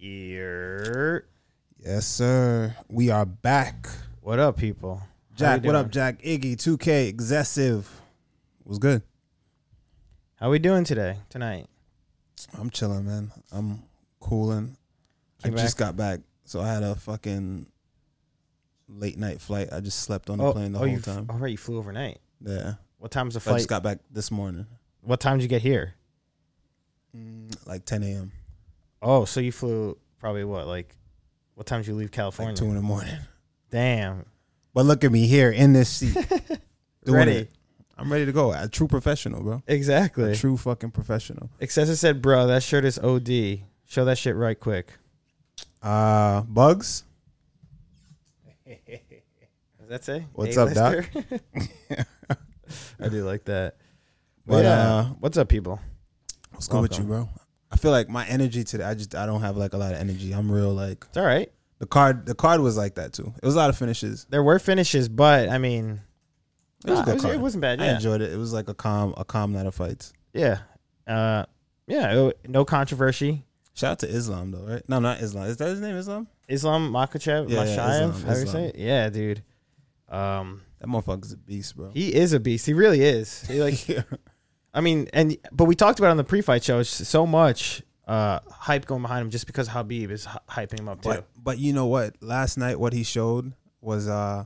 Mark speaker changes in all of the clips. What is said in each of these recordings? Speaker 1: Year.
Speaker 2: Yes, sir. We are back.
Speaker 1: What up, people?
Speaker 2: Jack, what up, Jack? Iggy, 2K, excessive. Was good.
Speaker 1: How we doing today, tonight?
Speaker 2: I'm chilling, man. I'm cooling.
Speaker 1: Came
Speaker 2: I just got back, so I had a fucking late night flight. I just slept on the plane the
Speaker 1: oh,
Speaker 2: whole
Speaker 1: you,
Speaker 2: time.
Speaker 1: All right, you flew overnight.
Speaker 2: yeah,
Speaker 1: What time's the
Speaker 2: But I
Speaker 1: flight?
Speaker 2: just got back this morning,
Speaker 1: what time did you get here? Mm.
Speaker 2: like 10 a.m.
Speaker 1: Oh, so you flew probably what, like, what time did you leave California?
Speaker 2: Like two in the morning.
Speaker 1: Damn.
Speaker 2: But look at me here in this seat, doing
Speaker 1: Ready.
Speaker 2: it. I'm ready to go. A true professional, bro.
Speaker 1: Exactly.
Speaker 2: A true fucking professional.
Speaker 1: Excessive said, bro, that shirt is OD. Show that shit right quick.
Speaker 2: Uh, bugs.
Speaker 1: Does that say?
Speaker 2: What's up, Doc?
Speaker 1: A-lister? I do like that.
Speaker 2: But,
Speaker 1: But
Speaker 2: uh,
Speaker 1: uh, what's up, people?
Speaker 2: What's good with you,
Speaker 1: Welcome.
Speaker 2: bro? I feel like my energy today. I just I don't have like a lot of energy. I'm real like
Speaker 1: It's all right.
Speaker 2: the card. The card was like that too. It was a lot of finishes.
Speaker 1: There were finishes, but I mean,
Speaker 2: It was
Speaker 1: nah,
Speaker 2: a good card.
Speaker 1: it wasn't bad.
Speaker 2: I
Speaker 1: Yeah,
Speaker 2: enjoyed it. It was like a calm, a calm night of fights.
Speaker 1: yeah, uh, yeah. it- no controversy.
Speaker 2: Shout out to Islam though, right? No, not Islam. Is that his name? Islam?
Speaker 1: Islam Makachev,
Speaker 2: Yeah, yeah, Islam,
Speaker 1: Mashayev, how you
Speaker 2: Islam.
Speaker 1: say it? Yeah, dude. Um,
Speaker 2: That motherfucker's a beast, bro.
Speaker 1: he is a beast. He really is. He like,
Speaker 2: yeah.
Speaker 1: I mean, and but we talked about it on the pre-fight show. It's so much uh hype going behind him just because Habib is hy- hyping him up too.
Speaker 2: But but you know what? Last night, what he showed was uh,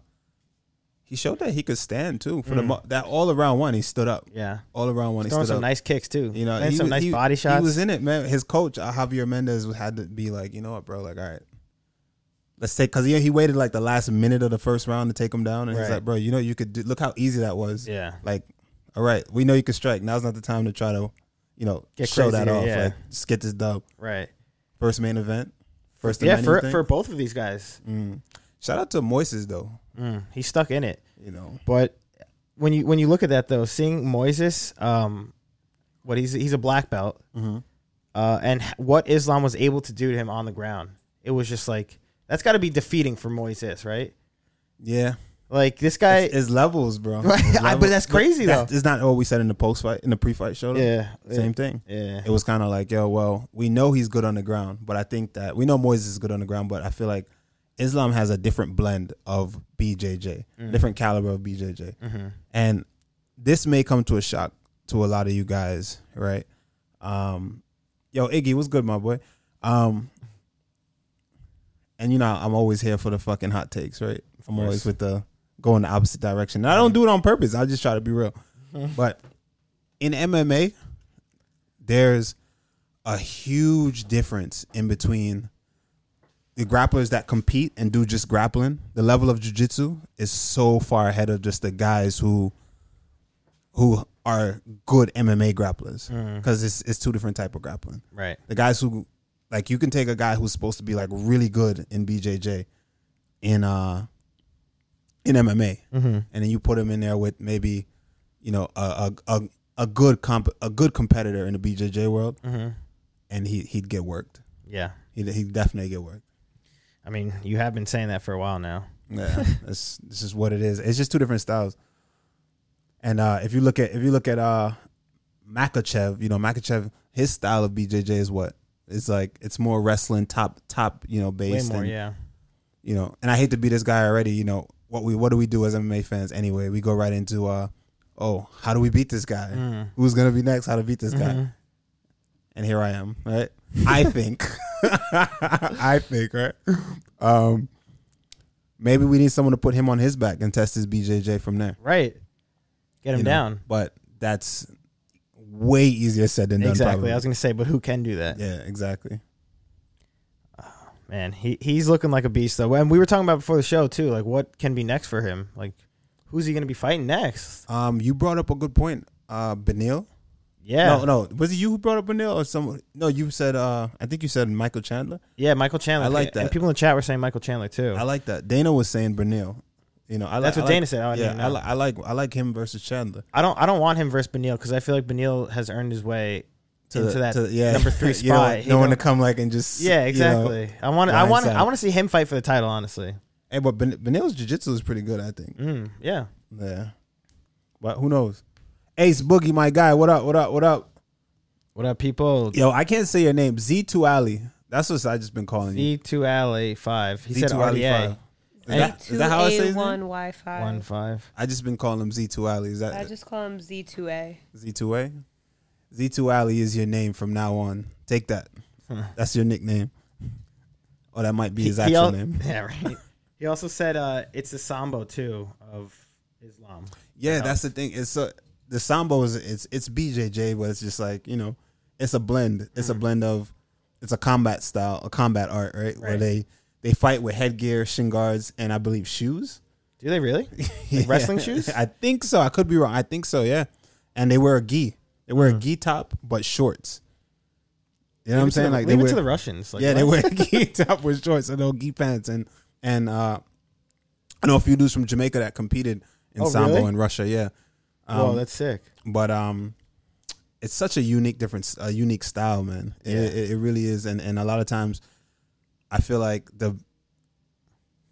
Speaker 2: he showed that he could stand too for the mo- that all around one. He stood up.
Speaker 1: Yeah,
Speaker 2: All around one. He
Speaker 1: Mm-hmm. throwing
Speaker 2: stood
Speaker 1: some
Speaker 2: up.
Speaker 1: nice kicks too.
Speaker 2: You know,
Speaker 1: and some
Speaker 2: was-
Speaker 1: nice body shots.
Speaker 2: He was in it, man. His coach uh, Javier Mendez had to be like, you know what, bro? Like, all right, let's take because he, he waited like the last minute of the first round to take him down, and he's
Speaker 1: Right.
Speaker 2: like, bro, you know, you could do, look how easy that was.
Speaker 1: yeah,
Speaker 2: Like, all right, we know you can strike. Now's not the time to try to, you know,
Speaker 1: Get
Speaker 2: show that
Speaker 1: crazy,
Speaker 2: off.
Speaker 1: yeah.
Speaker 2: Like, just get this dub.
Speaker 1: right.
Speaker 2: First main event. First,
Speaker 1: Yeah,
Speaker 2: yeah.
Speaker 1: for for both of these guys,
Speaker 2: Mm. shout out to Moises though.
Speaker 1: Mm, he's stuck in it.
Speaker 2: You know,
Speaker 1: But when you when you look at that though, seeing Moises, um, what he's he's a black belt,
Speaker 2: Mm-hmm.
Speaker 1: uh, and h- what Islam was able to do to him on the ground, it was just like that's got to be defeating for Moises, right?
Speaker 2: yeah.
Speaker 1: Like this guy,
Speaker 2: It's, it's levels, bro.
Speaker 1: Right,
Speaker 2: It's
Speaker 1: I- but that's crazy, though.
Speaker 2: It's not what we said in the post fight, in the pre fight show. though.
Speaker 1: yeah,
Speaker 2: Same thing.
Speaker 1: yeah,
Speaker 2: it was kind of like, yo, well, we know he's good on the ground, but I think that we know Moises is good on the ground, but I feel like Islam has a different blend of BJJ, different caliber of BJJ, and this may come to a shock to a lot of you guys, right? Um, yo, Iggy, what's good, my boy? Um, and you know, I'm always here for the fucking hot takes, right? I'm always
Speaker 1: course.
Speaker 2: with the going the opposite direction. And I don't do it on purpose. I just try to be real. But in MMA, there's a huge difference in between the grapplers that compete and do just grappling. The level of jiu-jitsu is so far ahead of just the guys who who are good MMA grapplers because it's it's two different type of grappling
Speaker 1: right,
Speaker 2: the guys who like you can take a guy who's supposed to be like really good in BJJ in uh in MMA and then you put him in there with maybe you know a a a, a good comp a good competitor in the BJJ world and he he'd get worked
Speaker 1: yeah.
Speaker 2: he'd, he'd definitely get worked
Speaker 1: I mean, you have been saying that for a while now.
Speaker 2: yeah that's this is what it is it's just two different styles and uh if you look at if you look at uh Makachev you know Makachev his style of BJJ is what it's like it's more wrestling top top you know
Speaker 1: Way
Speaker 2: based
Speaker 1: more,
Speaker 2: and-
Speaker 1: yeah.
Speaker 2: you know, and I hate to be this guy already, you know, what we what do we do as MMA fans anyway? We go right into uh oh, how do we beat this guy?
Speaker 1: Mm.
Speaker 2: Who's gonna be next? How to beat this
Speaker 1: Mm-hmm.
Speaker 2: guy? And here I am, right? I think. I think, right? Um maybe we need someone to put him on his back and test his BJJ from there.
Speaker 1: Right, get him
Speaker 2: you know?
Speaker 1: down.
Speaker 2: But that's way easier said than done.
Speaker 1: Exactly.
Speaker 2: probably.
Speaker 1: I was gonna say, but who can do that?
Speaker 2: yeah, exactly.
Speaker 1: Man, he he's looking like a beast though. And we were talking about before the show too, like what can be next for him? Like who's he going to be fighting next?
Speaker 2: Um, you brought up a good point, uh, Benil.
Speaker 1: Yeah.
Speaker 2: No, no. Was it you who brought up Benil or someone? No, you said. Uh, I think you said Michael Chandler.
Speaker 1: Yeah, Michael Chandler.
Speaker 2: I like
Speaker 1: And
Speaker 2: that.
Speaker 1: people in the chat were saying Michael Chandler too.
Speaker 2: I like that. Dana was saying Benil. You know, I like,
Speaker 1: That's what
Speaker 2: I like-
Speaker 1: Dana said. Oh, I
Speaker 2: yeah,
Speaker 1: didn't
Speaker 2: I,
Speaker 1: know.
Speaker 2: li- I like I like him versus Chandler.
Speaker 1: I don't I don't want him versus Benil cuz I feel like Benil has earned his way
Speaker 2: To
Speaker 1: into
Speaker 2: the-
Speaker 1: that
Speaker 2: to the- yeah.
Speaker 1: number 3
Speaker 2: You
Speaker 1: spot.
Speaker 2: don't,
Speaker 1: He
Speaker 2: don't want to
Speaker 1: don't-
Speaker 2: come like and just
Speaker 1: yeah,
Speaker 2: you know.
Speaker 1: exactly. I want I want
Speaker 2: blindside.
Speaker 1: I want to see him fight for the title honestly.
Speaker 2: Hey, but ben, Benil's jiu-jitsu is pretty good, I think.
Speaker 1: Mm, yeah.
Speaker 2: Yeah, but who knows? Ace Boogie, my guy. What up? What up? What up?
Speaker 1: What up people?
Speaker 2: Yo, I can't say your name. Z2 Ali. That's what I just been calling you.
Speaker 1: D2 Alley 5. He said E
Speaker 2: Z2 Ali
Speaker 1: RDA.
Speaker 2: five. Is that, is that how I say his
Speaker 3: one
Speaker 2: name?
Speaker 3: Wi Fi.
Speaker 1: 1 5.
Speaker 2: I just been calling him Z2 Ali. Is
Speaker 3: I
Speaker 2: that
Speaker 3: just call him Z2A.
Speaker 2: Z2A? Z2 Ali is your name from now on. Take that. That's your nickname. Or that might be his actual
Speaker 1: al-
Speaker 2: name.
Speaker 1: Yeah, right. He also said uh, it's the Sambo, too, of Islam.
Speaker 2: Yeah, that's the thing. It's a, the sambo is it's it's BJJ, but it's just like you know, it's a blend. It's
Speaker 1: Mm.
Speaker 2: a blend of it's a combat style, a combat art, right? Where
Speaker 1: Right.
Speaker 2: they they fight with headgear, shin guards, and I believe shoes,
Speaker 1: Do they really? Like wrestling
Speaker 2: Yeah.
Speaker 1: shoes?
Speaker 2: I think so. I could be wrong. I think so. Yeah, and they wear a gi. They wear
Speaker 1: Mm.
Speaker 2: a gi top, but shorts. You know what I'm saying? like
Speaker 1: leave
Speaker 2: they
Speaker 1: it
Speaker 2: wear,
Speaker 1: to the Russians. Like,
Speaker 2: yeah, they
Speaker 1: what?
Speaker 2: wear gi top with shorts and no gi pants and and uh, I know a few dudes from Jamaica that competed in
Speaker 1: Oh,
Speaker 2: sambo
Speaker 1: really?
Speaker 2: in Russia. Yeah, Um,
Speaker 1: Whoa, that's sick.
Speaker 2: but um it's such a unique difference a unique style man it, it, it really is and and a lot of times i feel like the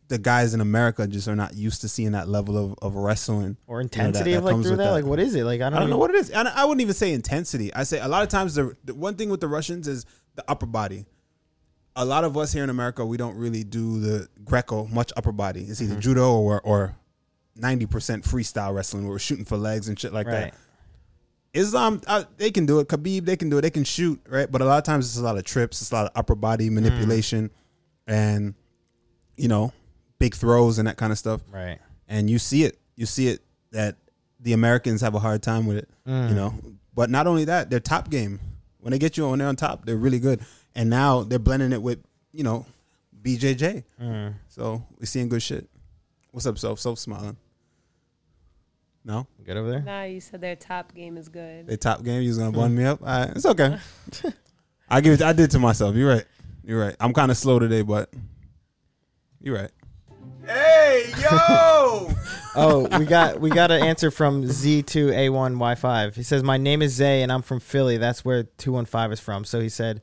Speaker 2: the guys in america just are not used to seeing that level of, of wrestling
Speaker 1: Or intensity
Speaker 2: that
Speaker 1: of like
Speaker 2: comes
Speaker 1: through
Speaker 2: with
Speaker 1: that?
Speaker 2: that.
Speaker 1: Like, what is it? Like, I don't,
Speaker 2: i don't know
Speaker 1: even-
Speaker 2: what it is and i wouldn't even say intensity i say a lot of times the, the one thing with the russians is the upper body a lot of us here in america we don't really do the greco much upper body it's either judo or or 90% freestyle wrestling where we're shooting for legs and shit like that
Speaker 1: Right.
Speaker 2: Islam, uh, they can do it. Khabib, they can do it. They can shoot, right? But a lot of times, it's a lot of trips. It's a lot of upper body manipulation, and you know, big throws and that kind of stuff.
Speaker 1: Right.
Speaker 2: And you see it. You see it that the Americans have a hard time with it. You know, but not only that, their top game. When they get you on, they're on top. They're really good. And now they're blending it with you know, BJJ. So we're seeing good shit. What's up, self? Self smiling. No.
Speaker 1: Good over there?
Speaker 3: Nah, you said their top game is good.
Speaker 2: They top game. You was gonna bun me up. All right, it's okay. I give it. I did to myself. You're right. You're right. I'm kind of slow today, but you're right. Hey yo!
Speaker 1: oh, we got we got an answer from Z2A1Y5. He says, "My name is Zay, and I'm from Philly. That's where 215 is from." So he said,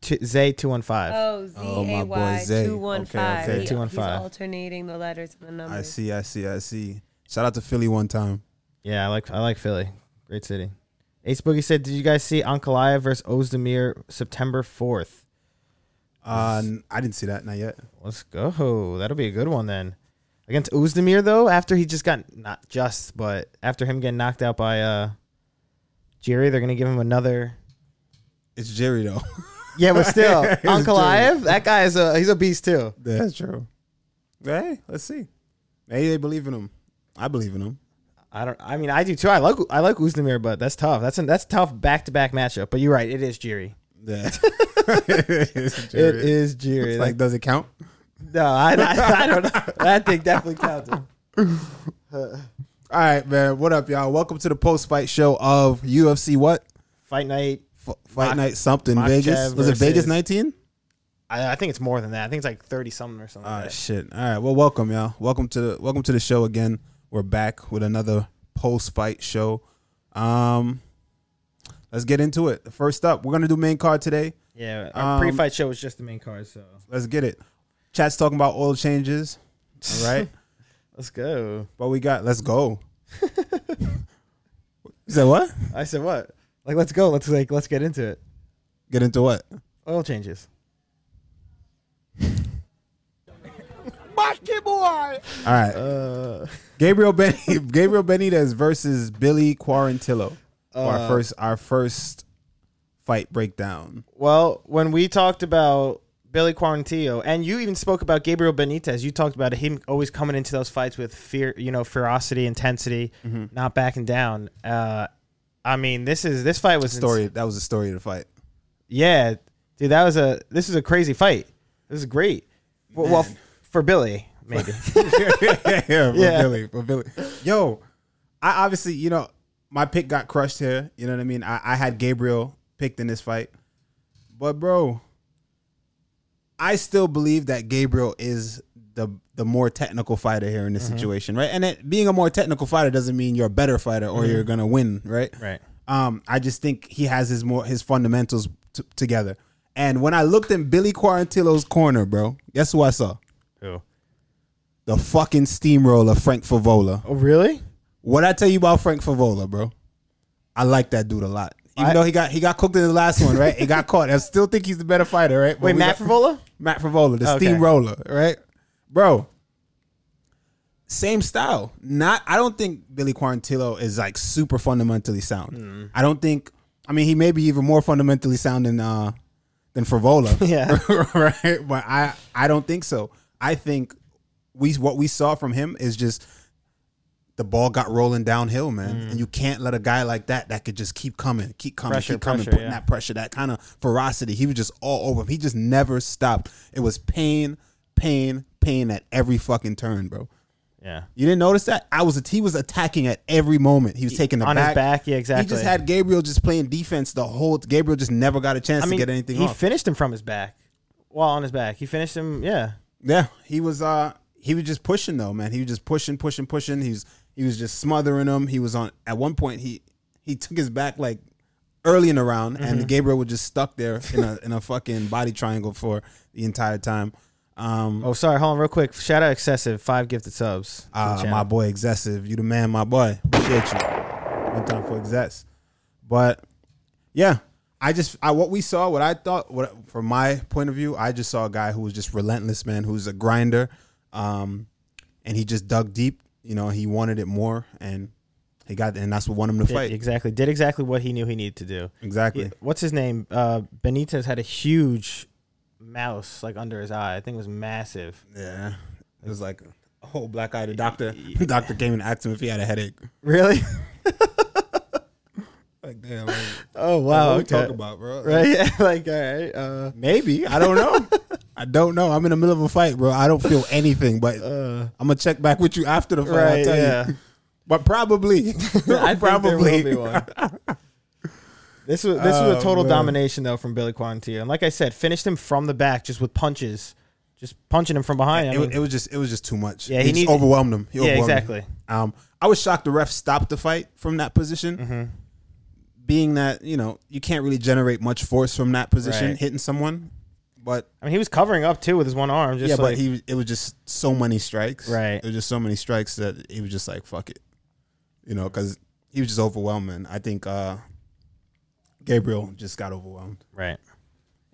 Speaker 1: t- "Zay 215."
Speaker 3: Oh, Z
Speaker 2: Oh,
Speaker 3: A
Speaker 2: my boy,
Speaker 3: Y
Speaker 2: Zay.
Speaker 3: two one
Speaker 2: Okay, okay.
Speaker 3: five. He's
Speaker 1: 215.
Speaker 3: alternating the letters and the
Speaker 2: I
Speaker 3: numbers.
Speaker 2: see. I see. I see. Shout out to Philly one time.
Speaker 1: Yeah, I like I like Philly, great city. Ace Boogie said, "Did you guys see Ankalaya versus Ozdemir September 4th?"
Speaker 2: Uh, n- I didn't see that. Not yet.
Speaker 1: Let's go. That'll be a good one then. Against Ozdemir though, after he just got not just, but after him getting knocked out by uh Jerry, they're gonna give him another.
Speaker 2: It's Jerry though.
Speaker 1: Yeah, but still,
Speaker 2: It's
Speaker 1: Ankalaev, that guy is a he's a beast too.
Speaker 2: That's true. Hey, let's see. Maybe they believe in him. I believe in him.
Speaker 1: I don't. I mean, I do too. I like I like Uzdemir, but that's tough. That's a, that's tough back to back matchup. But you're right. It is Jiri.
Speaker 2: Yeah. it's
Speaker 1: It
Speaker 2: Jerry.
Speaker 1: is Jiri.
Speaker 2: Like, does it count?
Speaker 1: no, I, I, I don't. know. That thing definitely counted.
Speaker 2: All right, man. What up, y'all? Welcome to the post fight show of UFC. What?
Speaker 1: Fight night.
Speaker 2: F- Fight
Speaker 1: Mach-
Speaker 2: Night something
Speaker 1: Makhachev
Speaker 2: Vegas was it
Speaker 1: versus-
Speaker 2: Vegas nineteen?
Speaker 1: I, I think it's more than that. I think it's like thirty something or something.
Speaker 2: Ah
Speaker 1: like that.
Speaker 2: shit! All right, well welcome y'all. Welcome to the welcome to the show again. We're back with another post fight show. Um, let's get into it. First up, we're gonna do main card today.
Speaker 1: yeah, our
Speaker 2: Um,
Speaker 1: pre-fight show was just the main card, so
Speaker 2: Let's get it. Chat's talking about oil changes. All right,
Speaker 1: let's go.
Speaker 2: but we got let's go. you said what?
Speaker 1: I said what? Like, let's go. Let's like let's get into it.
Speaker 2: Get into what?
Speaker 1: Oil changes.
Speaker 2: All right,
Speaker 1: Uh,
Speaker 2: Gabriel ben- Gabriel Benitez versus Billy Quarantillo. for our first our first fight breakdown.
Speaker 1: well, when we talked about Billy Quarantillo, and you even spoke about Gabriel Benitez, you talked about him always coming into those fights with fear, you know, ferocity, intensity, not backing down. Uh, I mean, this is this fight was
Speaker 2: Story that was the story of the fight.
Speaker 1: Yeah, dude, that was a this was a crazy fight. This is great. Well, well, f- for Billy, maybe.
Speaker 2: yeah, for
Speaker 1: Yeah.
Speaker 2: Billy, for Billy. Yo, I obviously you know my pick got crushed here. You know what I mean? I, I had Gabriel picked in this fight, but bro, I still believe that Gabriel is the the more technical fighter here in this
Speaker 1: Mm-hmm.
Speaker 2: situation, right? And it, being a more technical fighter doesn't mean you're a better fighter or you're gonna win, right?
Speaker 1: Mm-hmm. Right.
Speaker 2: Um, I just think he has his more his fundamentals t- together. And when I looked in Billy Quarantillo's corner, bro, guess who I saw?
Speaker 1: Who?
Speaker 2: The fucking steamroller, Frank Favola.
Speaker 1: Oh, really?
Speaker 2: What I tell you about Frank Favola, bro? I like that dude a lot. Even
Speaker 1: I-
Speaker 2: though he got he got cooked in the last one, right? He got caught. I still think he's the better fighter, right? But
Speaker 1: Wait,
Speaker 2: we
Speaker 1: Matt
Speaker 2: got-
Speaker 1: Favola?
Speaker 2: Matt Favola, the
Speaker 1: Okay.
Speaker 2: steamroller, right? Bro, same style. Not I don't think Billy Quarantillo is like super fundamentally sound.
Speaker 1: Mm.
Speaker 2: I don't think I mean he may be even more fundamentally sound than uh than Favola.
Speaker 1: Yeah.
Speaker 2: right? But I I don't think so. I think we what we saw from him is just the ball got rolling downhill, man. And you can't let a guy like that that could just keep coming, keep coming,
Speaker 1: Mm. Pressure,
Speaker 2: keep coming,
Speaker 1: pressure,
Speaker 2: putting
Speaker 1: yeah.
Speaker 2: that pressure, that kind of ferocity. He was just all over him. He just never stopped. It was pain, pain, pain at every fucking turn, bro.
Speaker 1: Yeah.
Speaker 2: You didn't notice that? I was he was attacking at every moment. He was taking the
Speaker 1: on his
Speaker 2: back.
Speaker 1: back, yeah,
Speaker 2: He just
Speaker 1: exactly.
Speaker 2: had Gabriel just playing defense the whole. Gabriel just never got a chance to get anything
Speaker 1: he
Speaker 2: off.
Speaker 1: finished him from his back. Well, on his back. He finished him, yeah.
Speaker 2: Yeah, he was uh he was just pushing though, man. He was just pushing, pushing, pushing. He was he was just smothering him. He was on at one point he he took his back like early in the round and Gabriel was just stuck there in a in a fucking body triangle for the entire time. Um
Speaker 1: Oh, sorry. Hold on, real quick. Shout out excessive five gifted subs. to the
Speaker 2: uh,
Speaker 1: channel.
Speaker 2: my boy excessive. You the man, my boy. Appreciate you. One time for excess. But yeah, I just I what we saw, what I thought, what from my point of view, I just saw a guy who was just relentless, man, who's a grinder, um, and he just dug deep. You know, he wanted it more, and he got, and that's what won him to
Speaker 1: Did-
Speaker 2: fight.
Speaker 1: exactly did exactly what he knew he needed to do.
Speaker 2: Exactly.
Speaker 1: Yeah, What's his name? Uh, Benitez had a huge mouse like under his eye. I think it was massive.
Speaker 2: Yeah, it was like a whole black eye. The doctor, doctor came and asked him if he had a headache.
Speaker 1: Really?
Speaker 2: Like damn, like,
Speaker 1: Oh wow.
Speaker 2: what we
Speaker 1: okay.
Speaker 2: talk about, bro?
Speaker 1: Right? Yeah, like all right. Uh,
Speaker 2: Maybe I don't know. I don't know. I'm in the middle of a fight, bro. I don't feel anything, but I'm gonna check back with you after the fight. I'll
Speaker 1: Uh. right.
Speaker 2: tell
Speaker 1: Yeah.
Speaker 2: you. But probably,
Speaker 1: I
Speaker 2: probably.
Speaker 1: probably one. This was this was
Speaker 2: Oh,
Speaker 1: a total
Speaker 2: man.
Speaker 1: domination though from Billy Quantillo. And like I said, finished him from the back just with punches, just punching him from behind. I
Speaker 2: It,
Speaker 1: mean,
Speaker 2: was- it was just it was just too much.
Speaker 1: Yeah,
Speaker 2: he,
Speaker 1: he
Speaker 2: just
Speaker 1: need-
Speaker 2: overwhelmed him. He
Speaker 1: Yeah,
Speaker 2: overwhelmed him.
Speaker 1: exactly.
Speaker 2: Um, I was shocked the ref stopped the fight from that position,
Speaker 1: Mm-hmm.
Speaker 2: being that you know you can't really generate much force from that position
Speaker 1: Right.
Speaker 2: hitting someone. But
Speaker 1: I mean, he was covering up too with his one arm. Just
Speaker 2: yeah,
Speaker 1: like,
Speaker 2: but he it was just so many strikes.
Speaker 1: Right.
Speaker 2: It was just so many strikes that he was just like, fuck it. You know, because he was just overwhelming. I think uh Gabriel just got overwhelmed.
Speaker 1: right.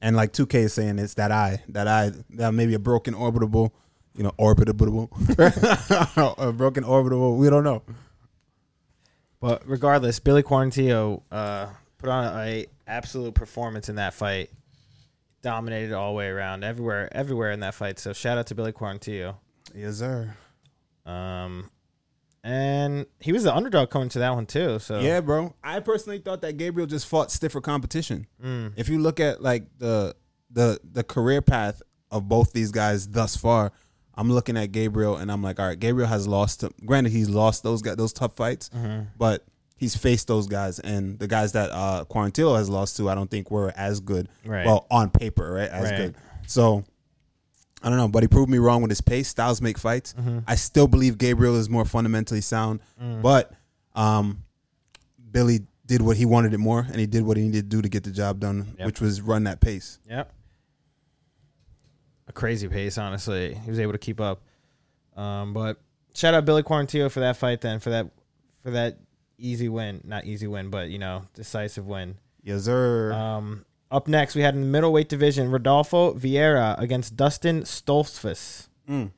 Speaker 2: And like 2K is saying it's that eye, that eye, that maybe a broken orbitable, you know, orbitable. a broken orbitable. We don't know.
Speaker 1: But regardless, Billy Quarantillo uh, put on a absolute performance in that fight. Dominated all the way around, everywhere, everywhere in that fight. So shout out to Billy Quarantillo.
Speaker 2: Yes, sir.
Speaker 1: Um, and he was the underdog coming to that one too. So
Speaker 2: Yeah, bro. I personally thought that Gabriel just fought stiffer competition. If you look at like the the the career path of both these guys thus far, I'm looking at Gabriel and I'm like, all right, Gabriel has lost. To, granted, he's lost those guys, those tough fights, but he's faced those guys and the guys that uh Quarantillo has lost to. I don't think were as good.
Speaker 1: Right.
Speaker 2: Well, on paper, right, as
Speaker 1: Right.
Speaker 2: good. So. I don't know, but he proved me wrong with his pace. Styles make fights.
Speaker 1: Mm-hmm.
Speaker 2: I still believe Gabriel is more fundamentally sound,
Speaker 1: Mm.
Speaker 2: but um, Billy did what he wanted it more, and he did what he needed to do to get the job done,
Speaker 1: Yep.
Speaker 2: which was run that pace.
Speaker 1: Yep. A crazy pace, honestly. He was able to keep up. Um, but shout out Billy Quarantillo for that fight then, for that for that easy win. Not easy win, but you know, decisive win.
Speaker 2: Yes, sir.
Speaker 1: Um, up next we had in the middleweight division, Rodolfo Vieira against Dustin Stolfus.
Speaker 2: Mm.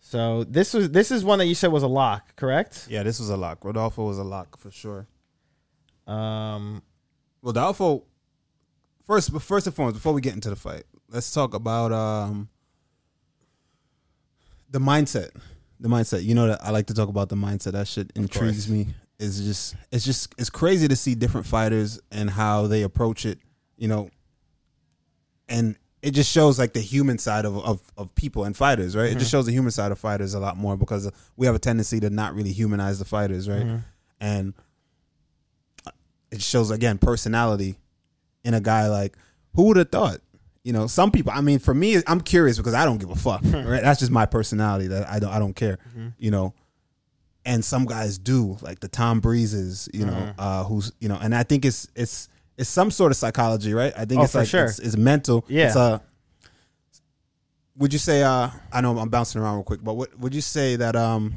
Speaker 1: So this was this is one that you said was a lock, correct?
Speaker 2: yeah, this was a lock. Rodolfo was a lock for sure.
Speaker 1: Um
Speaker 2: Rodolfo, first, but first and foremost, before we get into the fight, let's talk about um, the mindset. The mindset. You know that I like to talk about the mindset. That shit intrigues me. It's just, it's just, it's crazy to see different fighters and how they approach it. You know, and it just shows like the human side of of, of people and fighters, right? It just shows the human side of fighters a lot more because we have a tendency to not really humanize the fighters, right? And it shows again personality in a guy like who would have thought you know some people i mean for me i'm curious because i don't give a fuck right that's just my personality that i don't i don't care
Speaker 1: Mm-hmm.
Speaker 2: you know and some guys do like the tom breezes you know
Speaker 1: Mm-hmm.
Speaker 2: uh who's you know and i think it's it's it's some sort of psychology right i think
Speaker 1: Oh,
Speaker 2: it's
Speaker 1: for
Speaker 2: like
Speaker 1: sure.
Speaker 2: it's, it's mental
Speaker 1: Yeah.
Speaker 2: it's uh would you say uh i know i'm bouncing around real quick but what would you say that um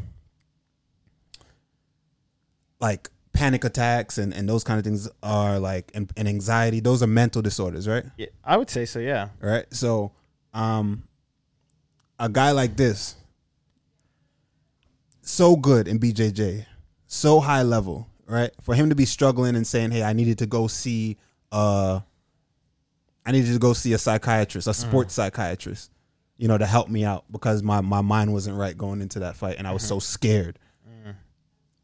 Speaker 2: like panic attacks and, and those kind of things are like and, and anxiety those are mental disorders right
Speaker 1: Yeah, I would say so. Yeah.
Speaker 2: All right so um a guy like this so good in bjj so high level right for him to be struggling and saying hey i needed to go see uh i needed to go see a psychiatrist a sports psychiatrist you know to help me out because my my mind wasn't right going into that fight and i was so scared Mm.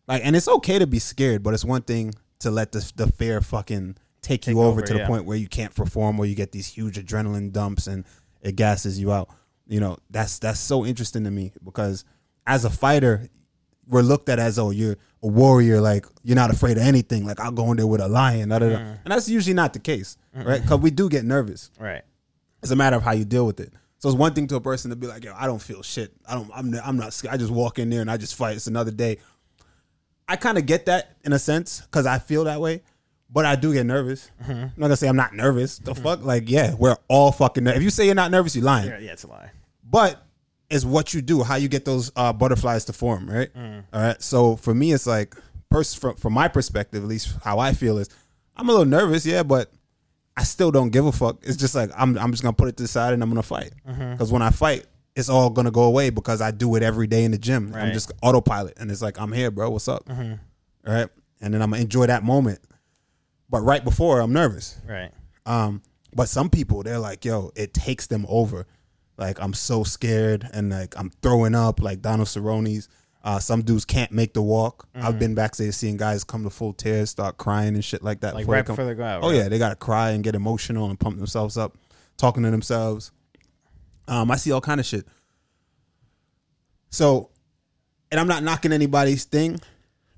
Speaker 2: like and it's okay to be scared but it's one thing to let the, the fear fucking take, you over,
Speaker 1: over,
Speaker 2: to the
Speaker 1: yeah.
Speaker 2: point where you can't perform or you get these huge adrenaline dumps and it gasses you out you know that's that's so interesting to me because as a fighter we're looked at as oh you're a warrior like you're not afraid of anything like i'll go in there with a lion da, da, da. and that's usually not the case right because we do get nervous
Speaker 1: Right.
Speaker 2: it's a matter of how you deal with it. So it's one thing to a person to be like, "Yo, I don't feel shit. I don't. I'm. I'm not. scared. I just walk in there and I just fight. It's another day." I kind of get that in a sense because I feel that way, but I do get nervous. I'm not gonna say I'm not nervous. The fuck, like, yeah, we're all fucking. Ner- if you say you're not nervous, you're lying.
Speaker 1: Yeah, yeah, it's a lie.
Speaker 2: But it's what you do, how you get those uh, butterflies to form, right? All right. So for me, it's like, pers- from from my perspective, at least how I feel is, I'm a little nervous, yeah, but I still don't give a fuck. It's just like I'm I'm just gonna put it to the side and I'm gonna fight because when I fight, it's all gonna go away because I do it every day in the gym. I'm
Speaker 1: Right.
Speaker 2: just autopilot, and it's like I'm here, bro. What's up? All right, and then I'm gonna enjoy that moment. But right before, I'm nervous.
Speaker 1: Right.
Speaker 2: Um, but some people they're like, yo, it takes them over. Like I'm so scared and like I'm throwing up like Donald Cerrone's. Uh, some dudes can't make the walk.
Speaker 1: Mm-hmm.
Speaker 2: I've been backstage seeing guys come to full tears, start crying and shit like that.
Speaker 1: Like
Speaker 2: they
Speaker 1: right
Speaker 2: come-
Speaker 1: before they go out.
Speaker 2: Oh
Speaker 1: right?
Speaker 2: yeah, they gotta cry and get emotional and pump themselves up, talking to themselves. Um, I see all kind of shit. So, and I'm not knocking anybody's thing,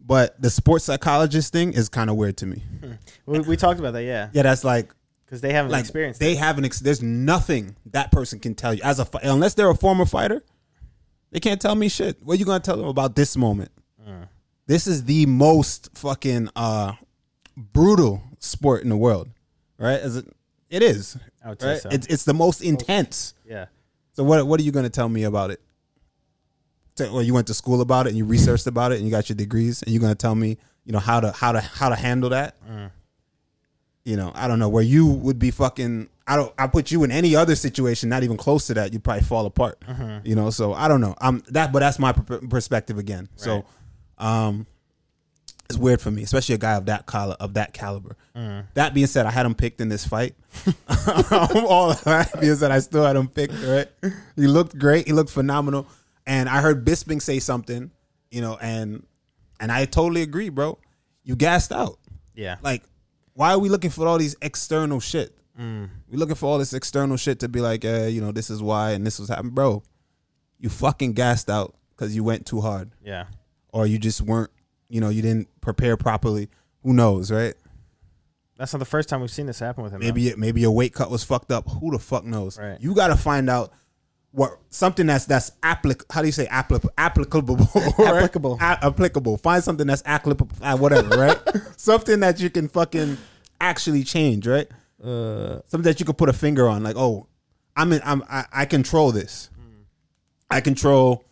Speaker 2: but the sports psychologist thing is kind of weird to me.
Speaker 1: Hmm. We, we talked about that. Yeah.
Speaker 2: Yeah, that's like
Speaker 1: Because they haven't
Speaker 2: like
Speaker 1: experienced.
Speaker 2: they haven't. Ex- there's nothing that person can tell you as a fi- unless they're a former fighter. They can't tell me shit. What you gonna tell them about this moment? This is the most fucking uh, brutal sport in the world, right? As it, it is,
Speaker 1: I would say
Speaker 2: right?
Speaker 1: so.
Speaker 2: It's it's the most intense.
Speaker 1: it. Yeah.
Speaker 2: So what what are you gonna tell me about it? So, well, you went to school about it and you researched about it and you got your degrees and you're gonna tell me, you know, how to how to how to handle that. You know, I don't know where you would be fucking. I don't. I put you in any other situation, not even close to that, you'd probably fall apart. You know, so I don't know. I'm that, but that's my per- perspective again. So, um, it's weird for me, especially a guy of that color of that caliber. That being said, I had him picked in this fight. All that being said, I still had him picked. Right, he looked great. He looked phenomenal. And I heard Bisping say something, you know, and and I totally agree, bro. You gassed out.
Speaker 1: Yeah.
Speaker 2: Like, why are we looking for all these external shit? We're looking for all this external shit to be like, uh, you know, this is why and this was happening, bro. You fucking gassed out because you went too hard
Speaker 1: yeah.
Speaker 2: or you just weren't, you know, you didn't prepare properly. Who knows, right?
Speaker 1: That's not the first time we've seen this happen with him.
Speaker 2: Maybe it, maybe your weight cut was fucked up. Who the fuck knows?
Speaker 1: Right.
Speaker 2: You got to find out what something that's that's applic how do you say applic- applicable right?
Speaker 1: Applicable.
Speaker 2: A- applicable. Find something that's applicable uh, whatever, right? something that you can fucking actually change, right?
Speaker 1: Uh,
Speaker 2: something that you could put a finger on like, "Oh, I'm in, I'm I, I control this.
Speaker 1: Mm.
Speaker 2: I control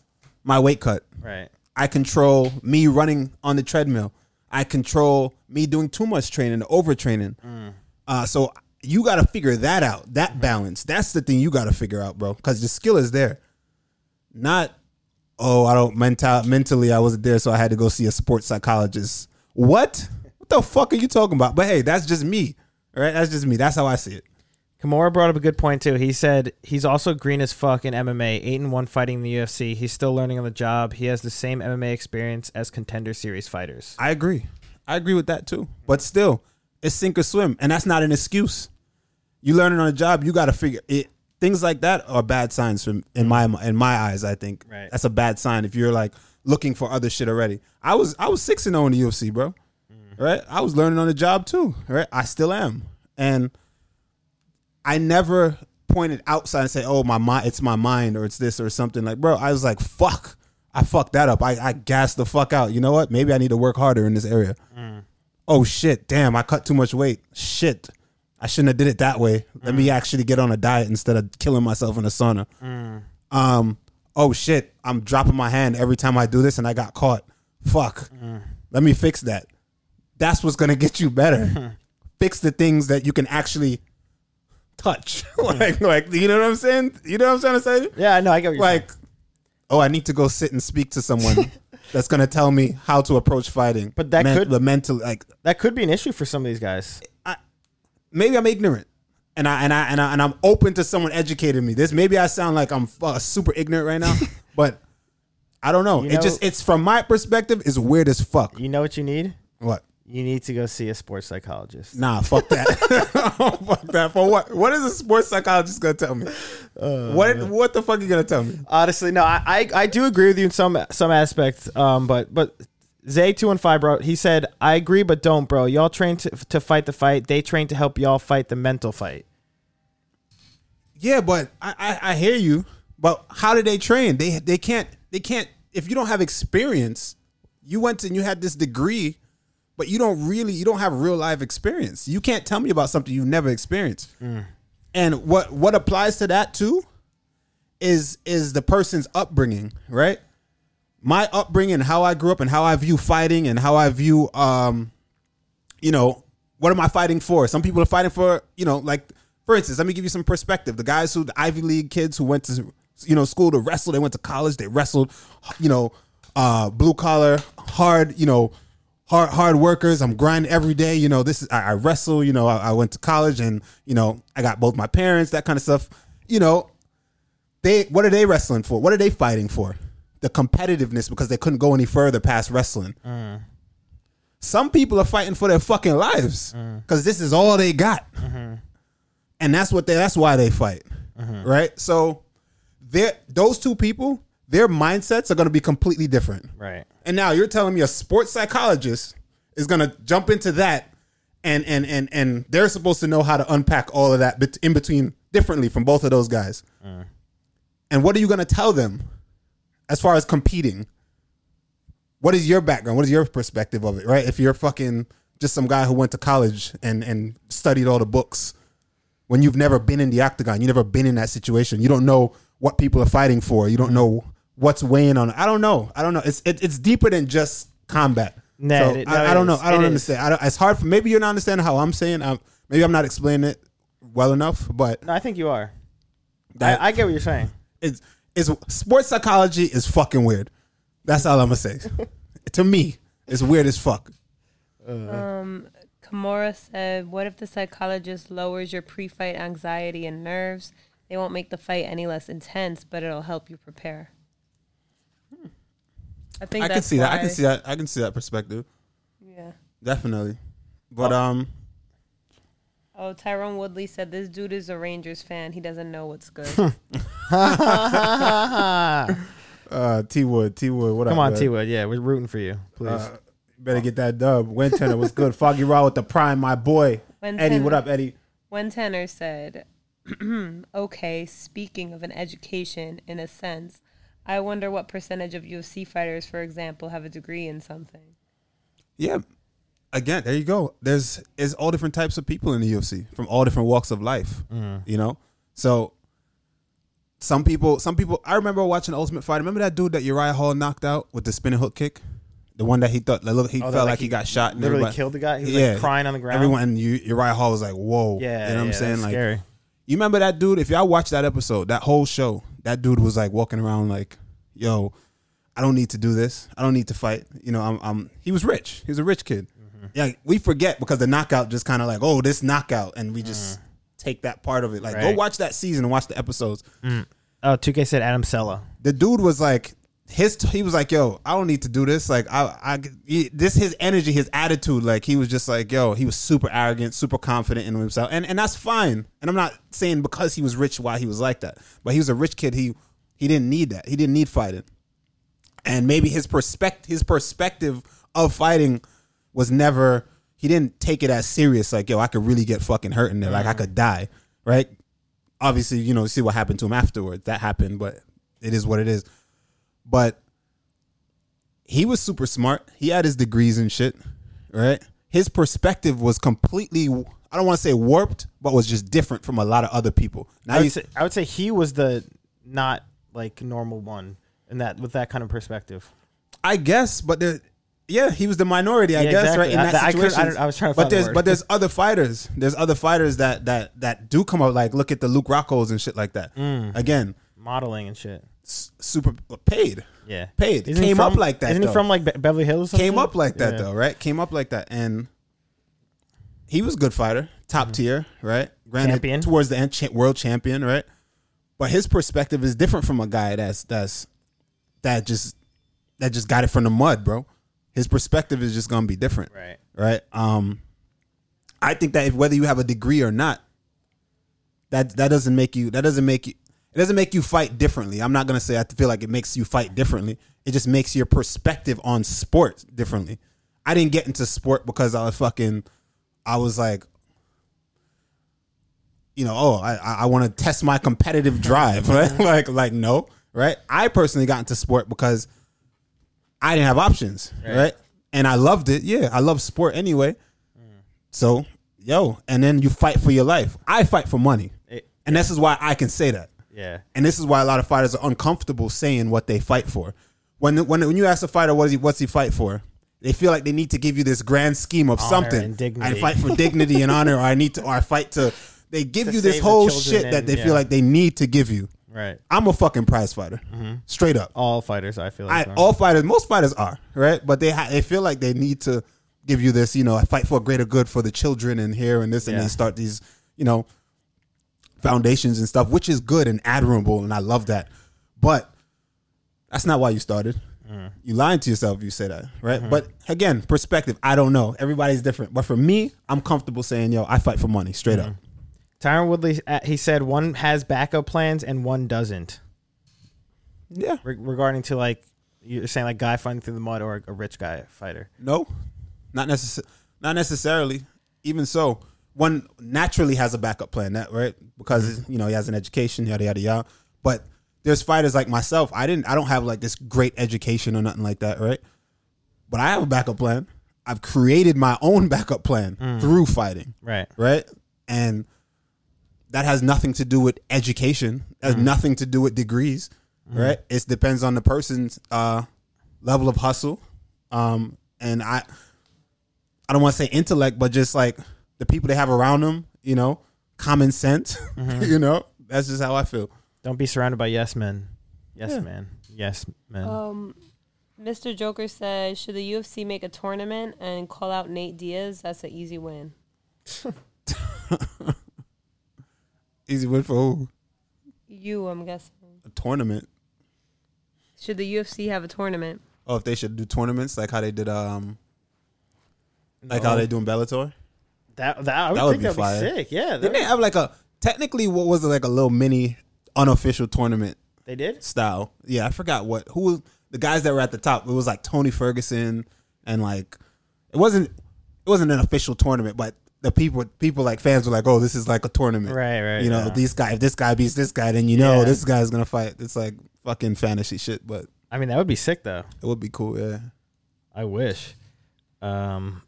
Speaker 2: my weight cut.
Speaker 1: though. Right.
Speaker 2: I control me running on the treadmill. I control me doing too much training, overtraining. Uh, so you got to figure that out, that balance. That's the thing you got to figure out, bro, because the skill is there. Not, oh, I don't mental mentally. I wasn't there, so I had to go see a sports psychologist. What? What the fuck are you talking about? But hey, that's just me, all right? That's just me. That's how I see it.
Speaker 1: Kimura brought up a good point too. He said he's also green as fuck in MMA, eight and one fighting in the UFC. He's still learning on the job. He has the same MMA experience as contender series fighters.
Speaker 2: I agree. I agree with that too. But still, it's sink or swim, and that's not an excuse. You learning on a job, you got to figure it. Things like that are bad signs from in my in my eyes. I think
Speaker 1: Right.
Speaker 2: that's a bad sign if you're like looking for other shit already. I was I was six and zero in the UFC, bro. Right, I was learning on the job too. Right, I still am, and I never pointed outside and say, "Oh, my mind, it's my mind, or it's this, or something." Like, bro, I was like, "Fuck, I fucked that up. I, I gassed the fuck out. You know what? Maybe I need to work harder in this area. Oh shit, damn, I cut too much weight. Shit, I shouldn't have did it that way. Let me actually get on a diet instead of killing myself in a sauna. Um, oh shit, I'm dropping my hand every time I do this, and I got caught. Fuck, let me fix that. that's what's gonna get you better. Fix the things that you can actually touch. like, like you know what I'm saying? You know what I'm trying to say?
Speaker 1: Yeah, I know. I get what you're saying.
Speaker 2: Like, oh, I need to go sit and speak to someone that's gonna tell me how to approach fighting.
Speaker 1: But that could-
Speaker 2: the mental like
Speaker 1: that could be an issue for some of these guys.
Speaker 2: maybe I'm ignorant. And I and I and I and I'm open to someone educating me. This maybe I sound like I'm uh, super ignorant right now, but I don't know.
Speaker 1: You
Speaker 2: it
Speaker 1: know-
Speaker 2: just it's from my perspective is weird as fuck.
Speaker 1: You know what you need?
Speaker 2: What?
Speaker 1: You need to go see a sports psychologist.
Speaker 2: Nah, fuck that. fuck that. For what? What is a sports psychologist gonna tell me?
Speaker 1: Uh,
Speaker 2: what? What the fuck you gonna tell me?
Speaker 1: Honestly, no, I, I, I do agree with you in some some aspects. Um, but but Zay two and five, bro. He said, "I agree, but don't, bro. Y'all train to to fight the fight. They train to help y'all fight the mental fight.
Speaker 2: Yeah, but I, I, I hear you. But how do they train? They they can't they can't if you don't have experience. You went and you had this degree, but you don't really you don't have real life experience. You can't tell me about something you've never experienced. And what what applies to that too is is the person's upbringing, right? My upbringing, how I grew up, and how I view fighting, and how I view um, you know, what am I fighting for? Some people are fighting for, you know, like for instance, let me give you some perspective. The guys who the Ivy League kids who went to you know school to wrestle, they went to college, they wrestled, you know, uh blue collar, hard, you know, hard hard workers. I'm grinding every day, you know, this is I, I wrestle, you know, I, I went to college and, you know, I got both my parents, that kind of stuff. You know, they what are they wrestling for? What are they fighting for? The competitiveness because they couldn't go any further past wrestling some people are fighting for their fucking lives because this is all they got, and that's what they. That's why they fight, right? So, they're those two people, their mindsets are going to be completely different.
Speaker 1: Right.
Speaker 2: And now you're telling me a sports psychologist is going to jump into that, and and and and they're supposed to know how to unpack all of that bet- in between differently from both of those guys. And what are you going to tell them as far as competing? What is your background? What is your perspective of it? Right? If you're fucking just some guy who went to college and and studied all the books, when you've never been in the octagon, you never been in that situation. You don't know what people are fighting for. You don't know what's weighing on. I don't know. I don't know. It's it, it's deeper than just combat.
Speaker 1: Nah,
Speaker 2: So
Speaker 1: it- no,
Speaker 2: I, I
Speaker 1: it
Speaker 2: don't know.
Speaker 1: is.
Speaker 2: I don't
Speaker 1: It is.
Speaker 2: understand. I don't, it's hard for maybe you're not understanding how I'm saying. I'm, maybe I'm not explaining it well enough. But
Speaker 1: No, I think you are.
Speaker 2: That-
Speaker 1: I, I get what you're saying.
Speaker 2: it's it's sports psychology is fucking weird. That's all I'm gonna say. to me, it's weird as fuck.
Speaker 3: Kimura said, What if the psychologist lowers your pre fight anxiety and nerves? They won't make the fight any less intense, but it'll help you prepare. Hmm. I think
Speaker 2: I
Speaker 3: that's
Speaker 2: can see that. I can
Speaker 3: why-
Speaker 2: see that. I can see that perspective.
Speaker 3: Yeah.
Speaker 2: Definitely. But um,
Speaker 3: Oh, Tyrone Woodley said, This dude is a Rangers fan. He doesn't know what's good.
Speaker 2: Ah. uh, T Wood, T Wood, what up,
Speaker 1: Come on,
Speaker 2: bud?
Speaker 1: T Wood. Yeah, we're rooting for you. Please.
Speaker 2: Uh, better get that dub. Winter was good. Foggy Raw with the prime, my boy.
Speaker 3: Wentana.
Speaker 2: Eddie, what up, Eddie?
Speaker 3: One tenor said, Okay, speaking of an education, in a sense, I wonder what percentage of UFC fighters, for example, have a degree in something.
Speaker 2: Yeah. Again, there you go. There's is all different types of people in the UFC from all different walks of life.
Speaker 1: Mm.
Speaker 2: You know, so some people, some people. I remember watching Ultimate Fighter. Remember that dude that Uriah Hall knocked out with the spinning hook kick, the one that he thought like, look, he
Speaker 1: Oh, that,
Speaker 2: felt
Speaker 1: like,
Speaker 2: like he,
Speaker 1: he
Speaker 2: got shot. and
Speaker 1: literally
Speaker 2: everybody-
Speaker 1: killed the guy? He was, like, crying on the ground?
Speaker 2: Everyone, and U- Uriah Hall was like, "Whoa!"
Speaker 1: yeah,
Speaker 2: you know what
Speaker 1: yeah,
Speaker 2: I'm saying?
Speaker 1: that's
Speaker 2: Like,
Speaker 1: scary.
Speaker 2: you remember that dude? If y'all watch that episode, that whole show, that dude was like walking around like, "Yo, I don't need to do this. I don't need to fight." You know, I'm. I'm he was rich. He was a rich kid. Yeah, we forget because the knockout just kind of like, "Oh, this knockout," and we just take that part of it. Like, go
Speaker 1: Right.
Speaker 2: watch that season and watch the episodes.
Speaker 1: Oh, 2K said Adam Sella.
Speaker 2: The dude was like. His he was like, yo, I don't need to do this. Like, I, I, he- this his energy, his attitude. Like, he was just like, yo, he was super arrogant, super confident in himself, and and that's fine. And I'm not saying because he was rich why he was like that, but he was a rich kid. He he didn't need that. He didn't need fighting, and maybe his perspect his perspective of fighting was never. He didn't take it as serious. Like, yo, I could really get fucking hurt in there. Like, I could die. Right obviously, you know, see what happened to him afterwards. That happened, but it is what it is. But he was super smart. He had his degrees and shit, right? His perspective was completely I don't want to say warped, but was just different from a lot of other people. Now
Speaker 1: I
Speaker 2: you
Speaker 1: would, say, I would say he was the not like normal one in that with that kind of perspective.
Speaker 2: I guess, but there Yeah, he was the minority, I
Speaker 1: Yeah,
Speaker 2: guess,
Speaker 1: exactly.
Speaker 2: right? In
Speaker 1: I-
Speaker 2: that
Speaker 1: I couldn't- I
Speaker 2: situation,
Speaker 1: don't- I was trying to
Speaker 2: But
Speaker 1: find the
Speaker 2: there's
Speaker 1: word.
Speaker 2: but there's other fighters. There's other fighters that that that do come out. Like look at the Luke Rockholds and shit like that.
Speaker 1: Mm.
Speaker 2: Again,
Speaker 1: modeling and shit.
Speaker 2: s- super uh, paid.
Speaker 1: Yeah,
Speaker 2: Paid.
Speaker 1: Isn't he
Speaker 2: Came
Speaker 1: from-
Speaker 2: up like that,
Speaker 1: Isn't
Speaker 2: though.
Speaker 1: he from like Be- Beverly Hills? Or
Speaker 2: Came
Speaker 1: something?
Speaker 2: up like that
Speaker 1: Yeah.
Speaker 2: though, right? Came up like that, and he was a good fighter, top tier, right? Granted,
Speaker 1: Mm. Champion.
Speaker 2: towards the end, cha- world champion, right? But his perspective is different from a guy that's that's that just that just got it from the mud, bro. His perspective is just gonna be different,
Speaker 1: Right.
Speaker 2: right? Um, I think that if whether you have a degree or not, that that doesn't make you that doesn't make you it doesn't make you fight differently. I'm not gonna say I feel like it makes you fight differently. It just makes your perspective on sport differently. I didn't get into sport because I was fucking I was like you know, oh, I I want to test my competitive drive, right? like like no, right? I personally got into sport because I didn't have options, right? And I loved it. Yeah, I love sport anyway. So, yo, and then you fight for your life. I fight for money.
Speaker 1: It-
Speaker 2: and this is why I can say that.
Speaker 1: Yeah.
Speaker 2: And this is why a lot of fighters are uncomfortable saying what they fight for. When when when you ask a fighter what is he what's he fight for, they feel like they need to give you this grand scheme of something.
Speaker 1: and dignity.
Speaker 2: I fight for dignity and honor, or I need to, or I fight to. They give
Speaker 1: To
Speaker 2: you this
Speaker 1: save the
Speaker 2: whole
Speaker 1: children
Speaker 2: shit that
Speaker 1: and-
Speaker 2: they
Speaker 1: yeah.
Speaker 2: feel like they need to give you.
Speaker 1: Right.
Speaker 2: I'm a fucking prize fighter,
Speaker 1: Mm-hmm.
Speaker 2: straight up.
Speaker 1: All fighters, I feel
Speaker 2: I,
Speaker 1: like. are.
Speaker 2: all fighters, most fighters are right, but they ha- they feel like they need to give you this, you know, I fight for a greater good for the children and here and this, and
Speaker 1: Yeah.
Speaker 2: they start these, you know, foundations and stuff, which is good and admirable, and I love that. But that's not why you started. You lying to yourself. if You say that, right? But again, perspective. I don't know. Everybody's different. But for me, I'm comfortable saying, "Yo, I fight for money, straight up."
Speaker 1: Tyron Woodley, uh, he said one has backup plans and one doesn't.
Speaker 2: Yeah.
Speaker 1: Re- regarding to like you're saying, like guy fighting through the mud or a rich guy fighter.
Speaker 2: No, not necess- Not necessarily. Even so, one naturally has a backup plan, that right? Because you know he has an education, yada yada yada. But there's fighters like myself. I didn't. I don't have like this great education or nothing like that, right? But I have a backup plan. I've created my own backup plan through fighting
Speaker 1: Right.
Speaker 2: right? And that has nothing to do with education. Has nothing to do with degrees, right? It depends on the person's uh, level of hustle, um, and I, I don't want to say intellect, but just like the people they have around them, you know, common sense, you know. That's just how I feel.
Speaker 1: Don't be surrounded by yes men. Yes man. Yes men.
Speaker 3: Um, Mr. Joker says, should the UFC make a tournament and call out Nate Diaz? That's an easy win.
Speaker 2: Easy win for who?
Speaker 3: You, I'm guessing.
Speaker 2: A tournament.
Speaker 3: Should the UFC have a tournament?
Speaker 2: Oh, if they should do tournaments like how they did, um, like
Speaker 1: No.
Speaker 2: how they do in
Speaker 1: Oh,
Speaker 2: Bellator.
Speaker 1: that that I would
Speaker 2: that would
Speaker 1: think
Speaker 2: be
Speaker 1: that'd
Speaker 2: fire.
Speaker 1: be sick. Yeah. that
Speaker 2: Didn't they
Speaker 1: would-
Speaker 2: have like a technically what was it like a little mini unofficial tournament
Speaker 1: they did.
Speaker 2: style? Yeah, I forgot what who was the guys that were at the top. It was like Tony Ferguson and like it wasn't it wasn't an official tournament, but the people people like fans were like, oh, this is like a tournament,
Speaker 1: Right, right,
Speaker 2: You know,
Speaker 1: yeah.
Speaker 2: these guy if this guy beats this guy, then you know
Speaker 1: Yeah.
Speaker 2: this guy's gonna fight. It's like fucking fantasy shit, but
Speaker 1: I mean, that would be sick though.
Speaker 2: it would be cool. Yeah,
Speaker 1: I wish. Um,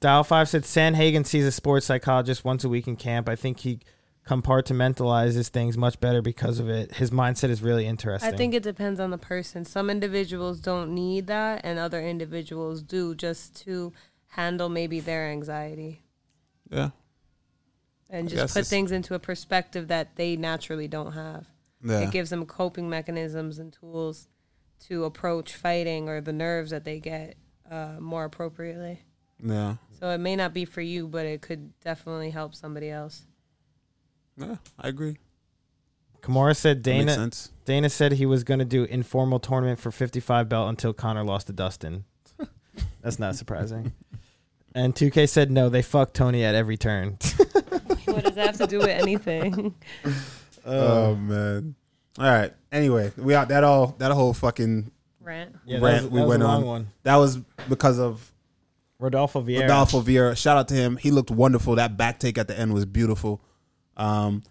Speaker 1: Dial Five said Sanhagen sees a sports psychologist once a week in camp. I think he compartmentalizes things much better because of it. His mindset is really interesting.
Speaker 3: I think it depends on the person. Some individuals don't need that, and other individuals do just to handle maybe their anxiety
Speaker 2: yeah,
Speaker 3: and
Speaker 2: guess
Speaker 3: just put
Speaker 2: it's-
Speaker 3: things into a perspective that they naturally don't have.
Speaker 2: yeah.
Speaker 3: It gives them coping mechanisms and tools to approach fighting or the nerves that they get uh, more appropriately.
Speaker 2: yeah,
Speaker 3: So it may not be for you, but it could definitely help somebody else.
Speaker 2: yeah. I agree.
Speaker 1: Kimura said
Speaker 2: That makes
Speaker 1: Dana
Speaker 2: sense.
Speaker 1: Dana said he was going to do informal tournament for 55 belt until Connor lost to Dustin. That's not surprising. and 2K said no, they fuck Tony at every turn.
Speaker 3: what does that have to do with anything?
Speaker 2: Oh man. All right. Anyway, we out that all that whole fucking
Speaker 3: Rant.
Speaker 1: yeah,
Speaker 2: rant we went on.
Speaker 1: one.
Speaker 2: That was because of
Speaker 1: Rodolfo Vieira.
Speaker 2: Rodolfo Vieira. Shout out to him. He looked wonderful. That back take at the end was beautiful. Um,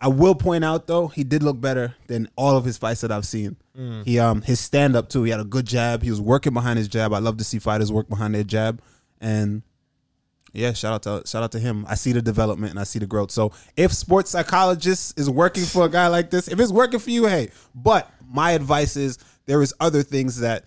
Speaker 2: I will point out though, he did look better than all of his fights that I've seen. He um his stand up too. He had a good jab. He was working behind his jab. I love to see fighters work behind their jab. And yeah, shout out to shout out to him. I see the development and I see the growth. So if sports psychologist is working for a guy like this, if it's working for you, hey. But my advice is there is other things that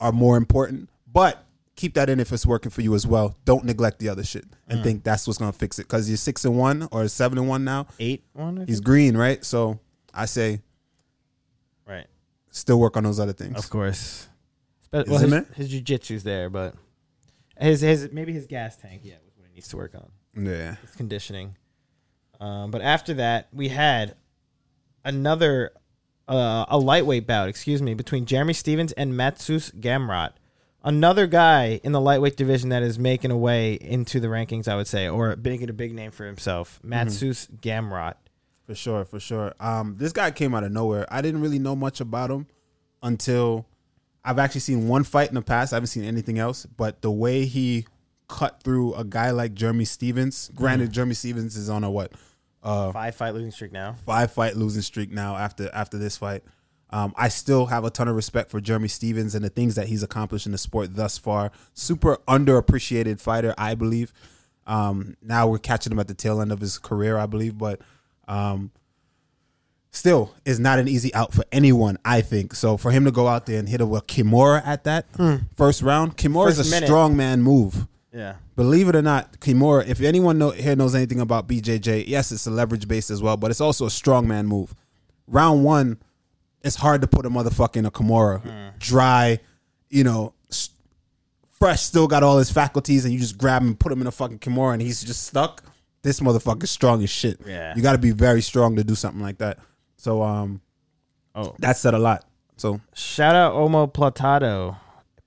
Speaker 2: are more important. But keep that in if it's working for you as well. Don't neglect the other shit and think that's what's gonna fix it. Because you're six and one or seven and one now.
Speaker 1: Eight one. I
Speaker 2: He's
Speaker 1: think?
Speaker 2: green, right? So I say
Speaker 1: right.
Speaker 2: still work on those other things.
Speaker 1: Of course. But,
Speaker 2: Is
Speaker 1: well,
Speaker 2: it
Speaker 1: his,
Speaker 2: man?
Speaker 1: his jujitsu's there, but his his maybe his gas tank. Yeah, was what he needs to work on.
Speaker 2: Yeah.
Speaker 1: His conditioning. Um, but after that, we had another uh, a lightweight bout. Excuse me, between Jeremy Stevens and Matsus Gamrot. Another guy in the lightweight division that is making a way into the rankings, I would say, or making a big name for himself.
Speaker 2: Mm-hmm.
Speaker 1: Matsus Gamrot.
Speaker 2: For sure, for sure. Um, this guy came out of nowhere. I didn't really know much about him until I've actually seen one fight in the past. I haven't seen anything else, but the way he cut through a guy like Jeremy Stevens. Granted, Jeremy Stevens is on a what uh,
Speaker 1: Five fight losing streak now.
Speaker 2: five fight losing streak now after after this fight. Um, I still have a ton of respect for Jeremy Stevens and the things that he's accomplished in the sport thus far. Super underappreciated fighter, I believe. Um, now we're catching him at the tail end of his career, I believe, but um, still is not an easy out for anyone, I think. So for him to go out there and hit a what, Kimura at that first round, Kimura is
Speaker 1: Hmm. First
Speaker 2: a
Speaker 1: minute.
Speaker 2: strong man move.
Speaker 1: Yeah.
Speaker 2: Believe it or not, Kimura, if anyone know, here knows anything about BJJ, yes, it's a leverage based as well, but it's also a strongman move. Round one, it's hard to put a motherfucking a Kimura
Speaker 1: Hmm.
Speaker 2: dry, you know, s- fresh, still got all his faculties, and you just grab him, put him in a fucking Kimura, and he's just stuck. This motherfucker's strong as shit.
Speaker 1: Yeah.
Speaker 2: You got to be very strong to do something like that. So, um,
Speaker 1: Oh.
Speaker 2: that said a lot. So,
Speaker 1: Shout out Omo Platado.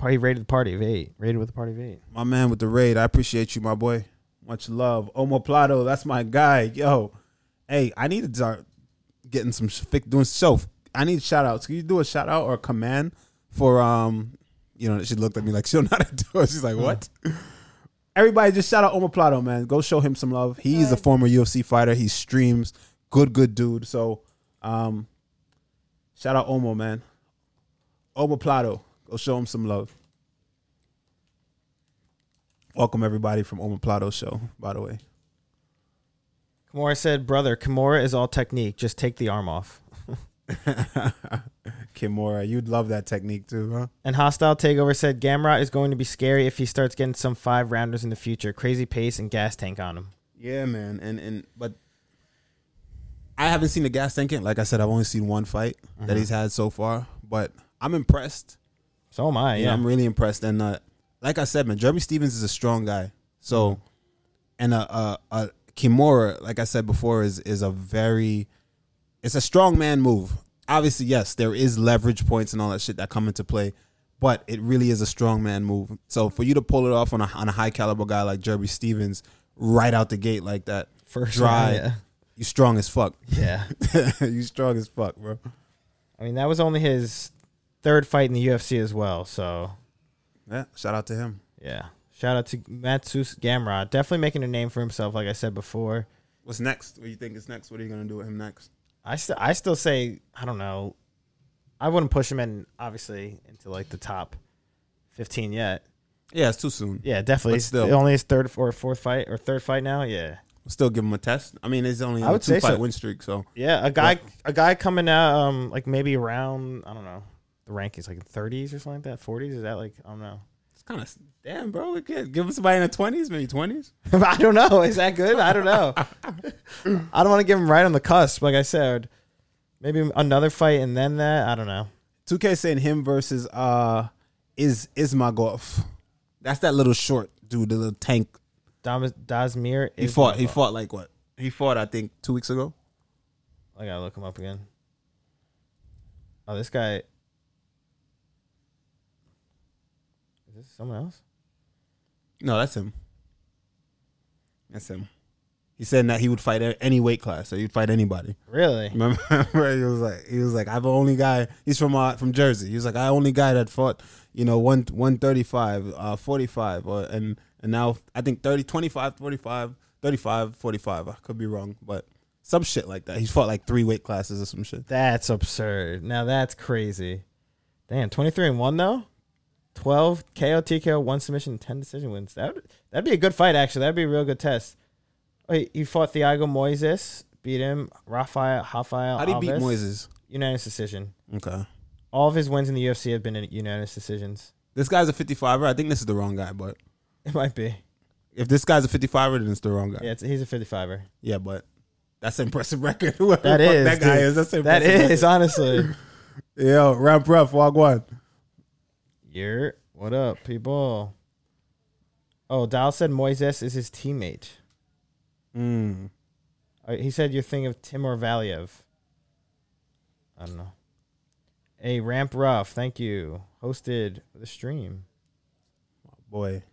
Speaker 1: He rated the party of eight. Rated with the party of eight.
Speaker 2: my man with the raid. I appreciate you, my boy. Much love, Omo Plato. That's my guy. Yo, hey, I need to start getting some sh- fix- doing self. I need shout outs. Can you do a shout out or a command for um? You know, she looked at me like she don't know how to do it. She's like, what? Everybody, just shout out Omo Plato, man. Go show him some love. He's a former UFC fighter. He streams. Good, good dude. So, um, shout out Omo, man. Omo Plato. Go show him some love. Welcome everybody from Oma Plato show, by the way.
Speaker 1: Kimura said, "Brother, Kimura is all technique. Just take the arm off."
Speaker 2: Kimura, you'd love that technique too, huh?
Speaker 1: And hostile takeover said, "Gamrot is going to be scary if he starts getting some five rounders in the future. Crazy pace and gas tank on him.
Speaker 2: Yeah, man. And and but I haven't seen the gas tank yet. Like I said, I've only seen one fight that he's had so far, but I'm impressed.
Speaker 1: So am I.
Speaker 2: Yeah,
Speaker 1: Yeah,
Speaker 2: I'm really impressed. And uh, like I said, man, Jeremy Stevens is a strong guy. So, and uh, uh, uh, Kimura, like I said before, is is a very, it's a strong man move. Obviously, yes, there is leverage points and all that shit that come into play, but it really is a strong man move. So for you to pull it off on a on a high caliber guy like Jeremy Stevens right out the gate like that,
Speaker 1: First
Speaker 2: dry,
Speaker 1: round, yeah.
Speaker 2: you strong as fuck.
Speaker 1: yeah.
Speaker 2: you strong as fuck, bro.
Speaker 1: I mean, that was only his third fight in the UFC as well. So
Speaker 2: Yeah, shout out to him.
Speaker 1: yeah, shout out to Matsus Gamrot. Definitely making a name for himself. Like I said before,
Speaker 2: What's next? What do you think is next? What are you gonna do with him next?
Speaker 1: I still I still say I don't know. I wouldn't push him in obviously into like the top fifteen yet.
Speaker 2: Yeah, it's too soon.
Speaker 1: Yeah, definitely.
Speaker 2: But
Speaker 1: It's
Speaker 2: still.
Speaker 1: only his third or fourth fight or third fight now. Yeah,
Speaker 2: still give him a test. I mean, it's only
Speaker 1: I
Speaker 2: a
Speaker 1: would
Speaker 2: two
Speaker 1: say
Speaker 2: fight
Speaker 1: so.
Speaker 2: win streak, so
Speaker 1: yeah. A guy, a guy coming out, um, like maybe around I don't know the rankings, like thirties or something like that. Forties is that like I don't know.
Speaker 2: it's kind of damn, bro. We could give him somebody in the twenties, maybe twenties.
Speaker 1: I don't know. Is that good? I don't know. I don't want to give him right on the cusp. Like I said, maybe another fight and then that. I don't know.
Speaker 2: Two K saying him versus uh is Ismagov. That's that little short dude, the little tank.
Speaker 1: Dam- Dazmir.
Speaker 2: He fought. He fought like what? He fought, I think, two weeks ago.
Speaker 1: I gotta look him up again. Oh, this guy. Is this someone else?
Speaker 2: No, that's him. That's him. He's saying that he would fight a- any weight class, so he'd fight anybody.
Speaker 1: Really?
Speaker 2: Remember, he was like, he was like, I'm the only guy. He's from uh, from Jersey. He was like, I only guy that fought, you know, one one thirty five, uh, forty five, or and and now I think 30, 25, 45, 35, 45. I could be wrong, but some shit like that. He's fought like three weight classes or some shit.
Speaker 1: That's absurd. Now that's crazy. Damn, twenty three and one though. Twelve KO TKO, one submission, ten decision wins. That would, that'd be a good fight actually. That'd be a real good test. Wait, he fought Thiago Moises, beat him. Rafael Rafael.
Speaker 2: How do you beat
Speaker 1: Alves,
Speaker 2: Moises?
Speaker 1: Unanimous decision.
Speaker 2: Okay,
Speaker 1: All of his wins in the UFC have been in unanimous decisions.
Speaker 2: This guy's a 55er. I think this is the wrong guy, but
Speaker 1: It might be.
Speaker 2: if this guy's a 55er, then it's the wrong guy.
Speaker 1: Yeah, it's, he's a 55er.
Speaker 2: Yeah, but that's an impressive record. Whoever
Speaker 1: That
Speaker 2: the fuck
Speaker 1: is
Speaker 2: that guy
Speaker 1: dude.
Speaker 2: is. That's an
Speaker 1: that
Speaker 2: impressive
Speaker 1: is honestly.
Speaker 2: Record. Yo, ramp rough, walk one.
Speaker 1: You're what up, people? Oh, Dal said Moises is his teammate.
Speaker 2: Mm.
Speaker 1: Uh, He said your thing of Timur Valiev. I don't know. Hey, Ramp Ruff, thank you. Hosted the stream.
Speaker 2: Boy,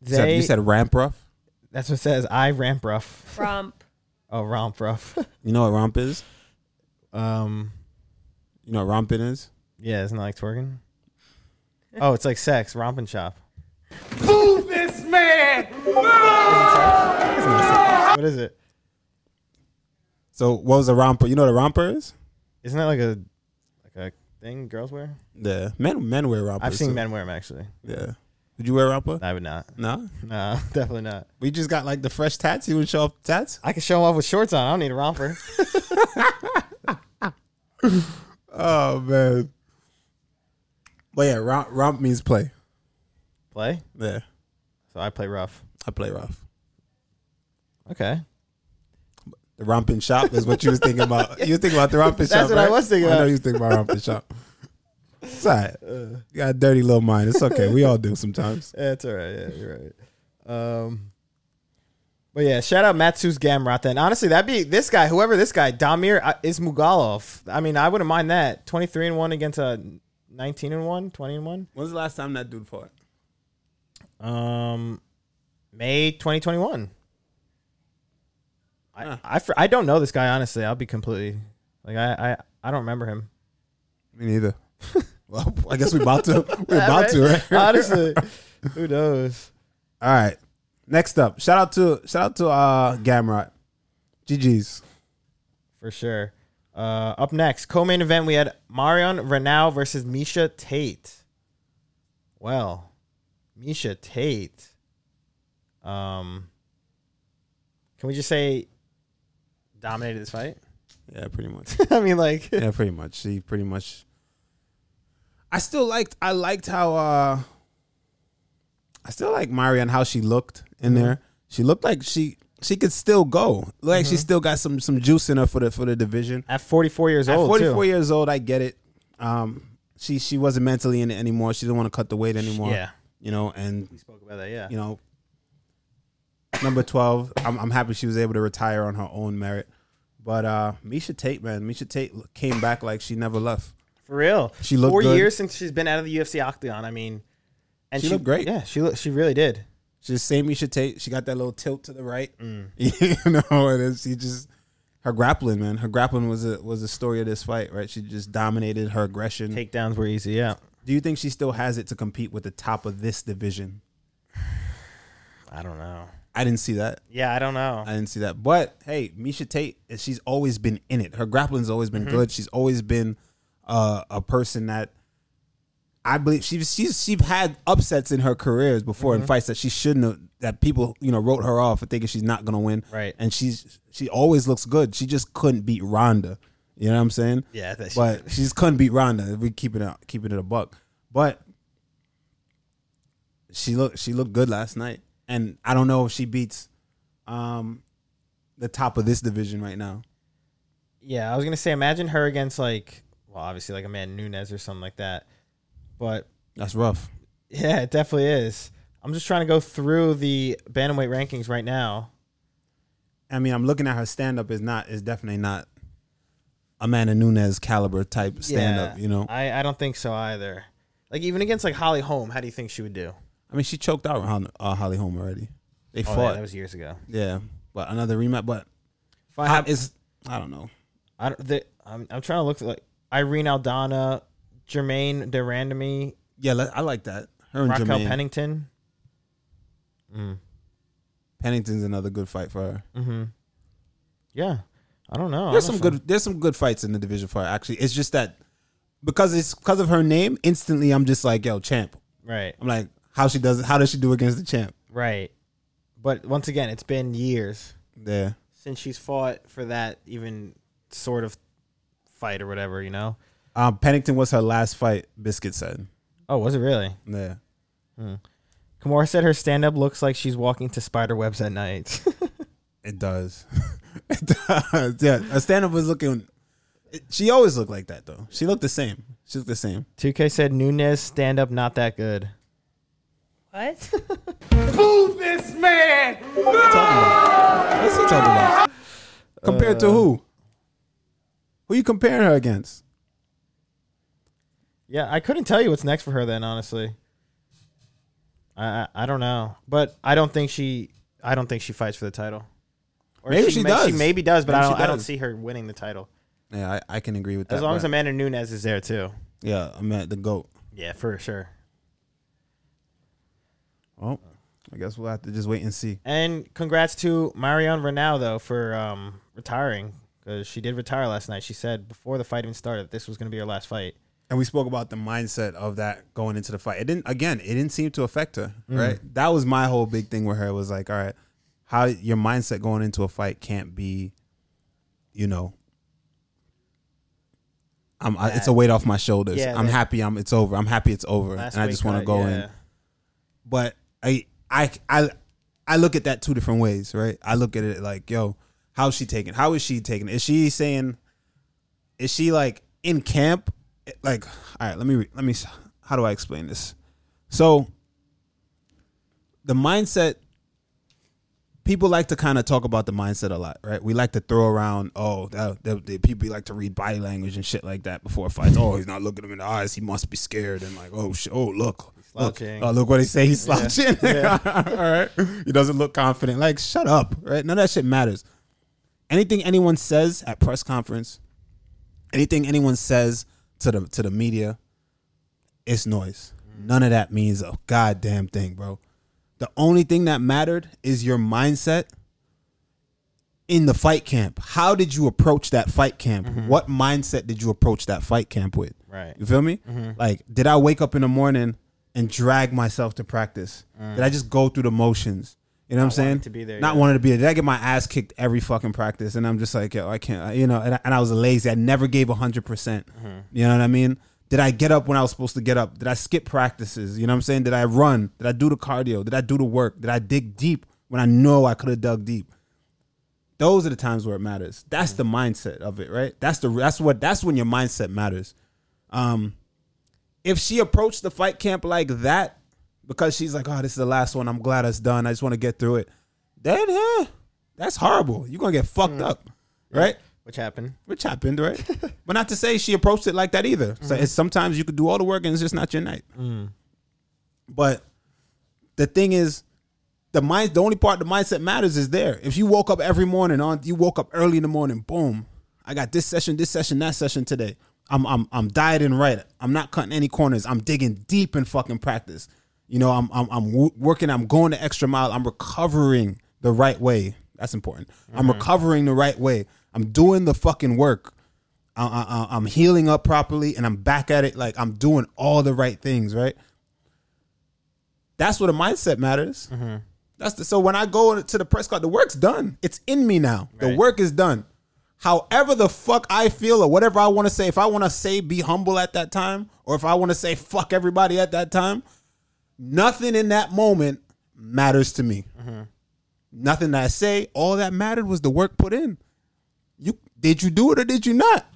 Speaker 2: you, said,
Speaker 1: They,
Speaker 2: you said ramp rough.
Speaker 1: that's what it says. I Ramp Ruff.
Speaker 3: Romp.
Speaker 1: Oh, Ramp Ruff.
Speaker 2: You know what romp is?
Speaker 1: um,
Speaker 2: You know what romping is?
Speaker 1: yeah, isn't that like twerking? Oh, it's like sex, romping shop. Boo this man! What is it?
Speaker 2: So what was a romper? You know what a romper is?
Speaker 1: Isn't that like a like a thing girls wear?
Speaker 2: Yeah, men men wear rompers.
Speaker 1: I've seen
Speaker 2: so-
Speaker 1: men wear them actually.
Speaker 2: Yeah. Would you wear a romper?
Speaker 1: I would not.
Speaker 2: No.
Speaker 1: No, definitely not.
Speaker 2: We just got like the fresh tats. You would show up tats.
Speaker 1: I can show off with shorts on. I don't need a romper.
Speaker 2: Oh man. But yeah, romp, romp means play.
Speaker 1: play.
Speaker 2: Yeah,
Speaker 1: So I play rough.
Speaker 2: I play rough.
Speaker 1: Okay.
Speaker 2: The romping shop is what you was thinking about. You was thinking about the romping
Speaker 1: That's
Speaker 2: shop.
Speaker 1: what I
Speaker 2: right?
Speaker 1: was thinking
Speaker 2: I know
Speaker 1: about.
Speaker 2: you was thinking about romping shop. It's all right. You got a dirty little mind. It's okay. We all do sometimes.
Speaker 1: That's all right. Yeah, you're right. Um, but yeah, shout out Matsus Gamrot. Then honestly, that'd be this guy, whoever this guy, Damir uh, Ismugalov. I mean, I wouldn't mind that. Twenty three and one against a nineteen and one, 20 and one.
Speaker 2: When's the last time that dude fought?
Speaker 1: Um, May twenty twenty one.
Speaker 2: Huh.
Speaker 1: I I fr- I don't know this guy honestly. I'll be completely like I I, I don't remember him.
Speaker 2: Me neither. well, I guess we about to. We're about to, right?
Speaker 1: Honestly, who knows?
Speaker 2: All right. Next up, shout out to shout out to uh Gamrot. GG's.
Speaker 1: For sure. Uh, up next, co-main event, we had Marion Renau versus Misha Tate. Well, Misha Tate. Um, can we just say dominated this fight?
Speaker 2: Yeah, pretty much.
Speaker 1: I mean, like,
Speaker 2: yeah, pretty much. She pretty much. I still liked. I liked how. uh I still like Marion how she looked in there. She looked like she she could still go. Looked Like she still got some some juice in her for the for the division.
Speaker 1: at 44 years
Speaker 2: At
Speaker 1: old,
Speaker 2: 44
Speaker 1: Oh, too.
Speaker 2: years old, I get it. Um, she she wasn't mentally in it anymore. She didn't want to cut the weight anymore.
Speaker 1: Yeah.
Speaker 2: you know, and
Speaker 1: We spoke about that, yeah.
Speaker 2: you know, number 12. I'm, I'm happy she was able to retire on her own merit. But uh, Misha Tate, man, Misha Tate came back like she never left.
Speaker 1: For real.
Speaker 2: She looked
Speaker 1: Four
Speaker 2: good.
Speaker 1: years since she's been out of the UFC octagon. I mean, and
Speaker 2: She looked great.
Speaker 1: Yeah, she looked, she really did.
Speaker 2: She's the same Misha Tate. She got that little tilt to the right,
Speaker 1: Mm.
Speaker 2: you know, and then she just her grappling, man. Her grappling was a was the story of this fight, right? She just dominated her aggression.
Speaker 1: Takedowns were easy, yeah.
Speaker 2: Do you think she still has it to compete with the top of this division?
Speaker 1: I don't know.
Speaker 2: I didn't see that.
Speaker 1: Yeah, I don't know.
Speaker 2: I didn't see that. But hey, Misha Tate, she's always been in it. Her grappling's always been good. She's always been uh, a person that I believe she's she's she's had upsets in her careers before in fights that she shouldn't have that people, you know, wrote her off for thinking she's not gonna win.
Speaker 1: Right.
Speaker 2: And she's she always looks good. She just couldn't beat Ronda. You know what I'm saying?
Speaker 1: Yeah, that she-
Speaker 2: but she just couldn't beat Ronda. We keeping it keeping it a buck. But she looked she looked good last night. And I don't know if she beats um the top of this division right now.
Speaker 1: Yeah, I was gonna say, imagine her against like, well, obviously like a man Nunez or something like that. But
Speaker 2: That's rough.
Speaker 1: yeah, it definitely is. I'm just trying to go through the bantamweight rankings right now.
Speaker 2: I mean, I'm looking at her stand up is not is definitely not Amanda Nunes caliber type stand up,
Speaker 1: Yeah,
Speaker 2: you know.
Speaker 1: I I don't think so either. Like even against like Holly Holm, how do you think she would do?
Speaker 2: I mean, she choked out Hon- uh, Holly Holm already. They
Speaker 1: Oh, yeah,
Speaker 2: fought.
Speaker 1: that was years ago.
Speaker 2: yeah. But another rematch, but
Speaker 1: If I
Speaker 2: I,
Speaker 1: have,
Speaker 2: it's I don't know.
Speaker 1: I don't, the, I'm I'm trying to look like Irene Aldana, Jermaine de Randamy,
Speaker 2: Yeah, let, I like that. Her and
Speaker 1: Raquel
Speaker 2: Jermaine.
Speaker 1: Pennington.
Speaker 2: Pennington's another good fight for her.
Speaker 1: Yeah, I don't know.
Speaker 2: There's some
Speaker 1: honestly.
Speaker 2: good. There's some good fights in the division for her. Actually, it's just that because it's because of her name. Instantly, I'm just like, yo, champ.
Speaker 1: Right.
Speaker 2: I'm like, how she does? How does she do against the champ?
Speaker 1: Right. But once again, it's been years.
Speaker 2: Yeah,
Speaker 1: since she's fought for that even sort of fight or whatever, you know.
Speaker 2: um, Pennington was her last fight. Biscuit said
Speaker 1: Oh, was it really?
Speaker 2: Yeah.
Speaker 1: Kimura said her stand up looks like she's walking to spider webs at night.
Speaker 2: It does. it does. Yeah. A stand up was looking. it- She always looked like that, though. She looked the same. She looked the same.
Speaker 1: 2K said Nunez stand up not that good.
Speaker 3: What?
Speaker 2: What's he talking about? What's he talking about? Compared
Speaker 1: Uh,
Speaker 2: to who? Who you comparing her against?
Speaker 1: Yeah, I couldn't tell you what's next for her then, honestly. I I, I don't know, but I don't think she I don't think she fights for the title. Or
Speaker 2: Maybe she
Speaker 1: may-
Speaker 2: does.
Speaker 1: She maybe does, but
Speaker 2: Maybe
Speaker 1: I
Speaker 2: she
Speaker 1: don't. I don't
Speaker 2: does.
Speaker 1: see her winning the title
Speaker 2: Yeah, I, I can agree with that.
Speaker 1: as long as
Speaker 2: but-
Speaker 1: Amanda Nunes is there too.
Speaker 2: yeah, I'm at the goat.
Speaker 1: Yeah, for sure.
Speaker 2: Oh, I guess we'll have to just wait and see.
Speaker 1: And congrats to Marion Renau though for um, retiring because she did retire last night. She said before the fight even started, this was going to be her last fight.
Speaker 2: And we spoke about the mindset of that going into the fight. It didn't again, it didn't seem to affect her,
Speaker 1: Mm.
Speaker 2: right? That was my whole big thing with her was like, all right, how your mindset going into a fight can't be, you know, I'm I, it's a weight off my shoulders.
Speaker 1: Yeah,
Speaker 2: I'm
Speaker 1: that-
Speaker 2: happy I'm it's over. I'm happy it's over.
Speaker 1: Last
Speaker 2: and I
Speaker 1: weight
Speaker 2: just want to
Speaker 1: cut,
Speaker 2: go
Speaker 1: yeah.
Speaker 2: in. but I I I I look at that two different ways, right? I look at it like, yo, how's she taking? How is she taking? it? Is she saying? Is she like in camp? Like, all right, let me re- let me. s- How do I explain this? So, the mindset. People like to kind of talk about the mindset a lot, right? We like to throw around, oh, that, that, that people like to read body language and shit like that before fights. Oh, he's not looking him in the eyes; he must be scared, and like, oh, shit, oh, look, look,
Speaker 1: Slouching.
Speaker 2: oh, look what he say, he's slouching. All right, he doesn't look confident. Like, shut up, right? None of that shit matters. Anything anyone says at press conference, anything anyone says to the to the media, it's noise. None of that means a goddamn thing, bro. The only thing that mattered is your mindset in the fight camp. How did you approach that fight camp? What mindset did you approach that fight camp with?
Speaker 1: Right.
Speaker 2: You feel me? Like, did I wake up in the morning and drag myself to practice? Did I just go through the motions? You know what I'm saying?
Speaker 1: wanting to be there,
Speaker 2: Not
Speaker 1: yeah.
Speaker 2: wanted to be there. Did I get my ass kicked every fucking practice? And I'm just like, yo, I can't, I- you know, and I, and I was lazy. I never gave 100%. percent
Speaker 1: Mm-hmm.
Speaker 2: You know what I mean? Did I get up when I was supposed to get up? Did I skip practices? You know what I'm saying? Did I run? Did I do the cardio? Did I do the work? Did I dig deep when I know I could have dug deep? those are the times where it matters. That's the mindset of it, right? That's the that's what that's when your mindset matters. Um if she approached the fight camp like that because she's like, "Oh, this is the last one. I'm glad it's done. I just want to get through it." Then yeah, that's horrible. You're going to get fucked up, right?
Speaker 1: Which happened.
Speaker 2: Which happened, right? but not to say she approached it like that either. So it's sometimes you could do all the work and it's just not your night. But the thing is, the mind the only part the mindset matters is there. If you woke up every morning on you woke up early in the morning, boom. I got this session, this session, that session today. I'm I'm I'm dieting right. I'm not cutting any corners. I'm digging deep in fucking practice. You know, I'm I'm I'm wo- working, I'm going the extra mile. I'm recovering the right way. That's important. I'm recovering the right way. I'm doing the fucking work. I, I, I- I'm healing up properly and I'm back at it like I'm doing all the right things, right? That's what a mindset matters. That's the, so when I go to the press card, the work's done. It's in me now. The
Speaker 1: Right.
Speaker 2: work is done. However the fuck I feel or whatever I want to say, if I want to say be humble at that time, or if I want to say fuck everybody at that time, nothing in that moment matters to me. Nothing that I say, all that mattered was the work put in. You did you do it or did you not?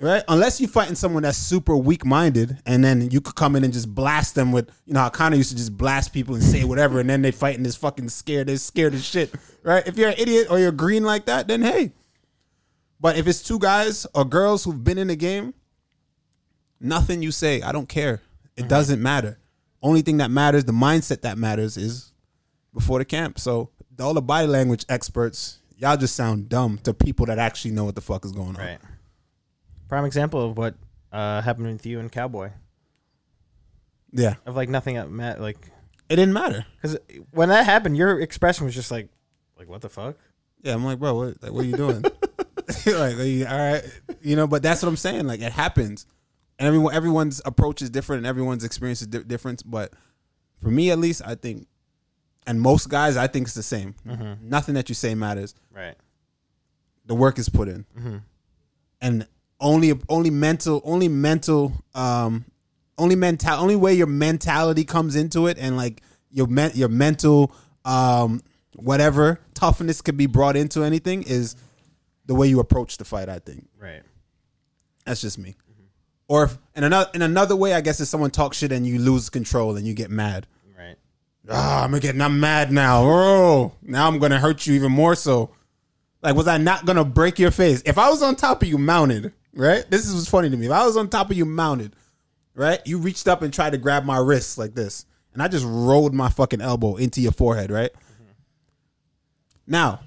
Speaker 2: Right? Unless you're fighting someone that's super weak minded and then you could come in and just blast them with you know how Connor used to just blast people and say whatever and then they fighting this fucking scared, they're scared as shit. Right? If you're an idiot or you're green like that, then hey. But if it's two guys or girls who've been in the game, nothing you say, I don't care. It doesn't matter. Only thing that matters, the mindset that matters is before the camp. So all the body language experts, y'all just sound dumb to people that actually know what the fuck is going on.
Speaker 1: Right. Prime example of what uh, happened with you and Cowboy.
Speaker 2: Yeah.
Speaker 1: Of like nothing that met like
Speaker 2: It didn't matter.
Speaker 1: because when that happened, your expression was just like, like what the fuck?
Speaker 2: Yeah, I'm like, bro, what, like, what are you doing? like, are you, all right, you know. But that's what I'm saying. Like, it happens, and everyone everyone's approach is different, and everyone's experience is di- different. But for me, at least, I think, and most guys, I think it's the same. Nothing that you say matters.
Speaker 1: Right.
Speaker 2: The work is put in, and only only mental only mental um Only mental, only way your mentality comes into it, and like your men- your mental, um, whatever toughness could be brought into anything is the way you approach the fight. I think
Speaker 1: Right.
Speaker 2: that's just me. Or if, in another in another way, I guess if someone talks shit and you lose control and you get mad.
Speaker 1: Right.
Speaker 2: Ah, I'm getting I'm mad now. Oh, now I'm gonna hurt you even more so. Like, was I not gonna break your face? If I was on top of you mounted, right? This is what's funny to me. If I was on top of you mounted, right? You reached up and tried to grab my wrist like this, and I just rolled my fucking elbow into your forehead, right? Now,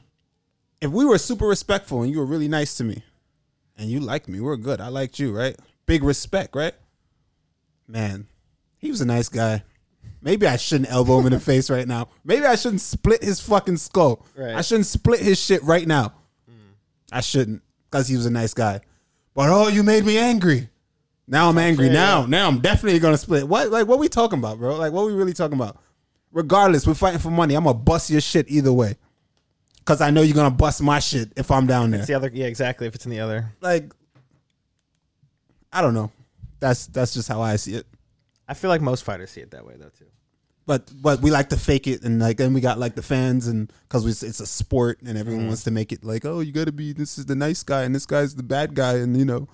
Speaker 2: if we were super respectful and you were really nice to me, and you liked me, we are good. I liked you, right? Big respect, right? Man, he was a nice guy. Maybe I shouldn't elbow him in the face right now. Maybe I shouldn't split his fucking skull.
Speaker 1: Right.
Speaker 2: I shouldn't split his shit right now. I shouldn't because he was a nice guy. But oh, you made me angry. Now I'm angry. Now, now I'm definitely gonna split. What like what we talking about, bro? Like what we really talking about? Regardless, we're fighting for money. I'm gonna bust your shit either way. Cause I know you're gonna bust my shit if I'm down there
Speaker 1: It's the other. Yeah, exactly. If it's in the other,
Speaker 2: like I don't know. That's that's just how I see it.
Speaker 1: I feel like most fighters see it that way though too.
Speaker 2: But but we like to fake it and like then we got like the fans and because it's a sport and everyone wants to make it like oh you got to be this is the nice guy and this guy's the bad guy and you know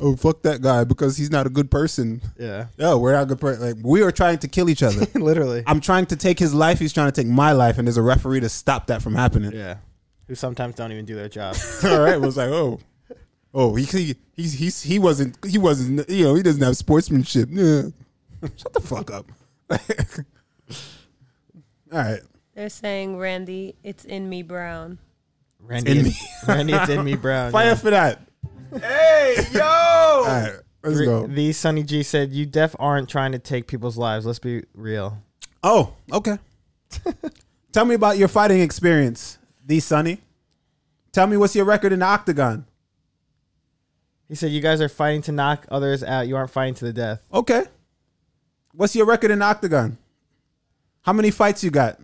Speaker 2: oh fuck that guy because he's not a good person.
Speaker 1: Yeah.
Speaker 2: No, we're not good. Per- like we are trying to kill each other.
Speaker 1: Literally.
Speaker 2: I'm trying to take his life. He's trying to take my life, and there's a referee to stop that from happening.
Speaker 1: yeah. Who sometimes don't even do their job.
Speaker 2: All right, was like, oh, oh, he he he's, he's he wasn't he wasn't you know he doesn't have sportsmanship. Yeah. Shut the fuck up. All right,
Speaker 3: They're saying, Randy, it's in me, Brown.
Speaker 1: Randy,
Speaker 2: in
Speaker 1: in
Speaker 2: me.
Speaker 1: Randy, it's in me, Brown.
Speaker 2: fire
Speaker 1: yeah.
Speaker 2: for that.
Speaker 4: Hey,
Speaker 2: All
Speaker 4: yo!
Speaker 2: right, let's go.
Speaker 1: The Sunny G said, "You def aren't trying to take people's lives. Let's be real.
Speaker 2: Oh, okay. Tell me about your fighting experience, D Sonny. Tell me what's your record in the octagon.
Speaker 1: He said, "You guys are fighting to knock others out. You aren't fighting to the death."
Speaker 2: Okay, what's your record in the octagon? How many fights you got?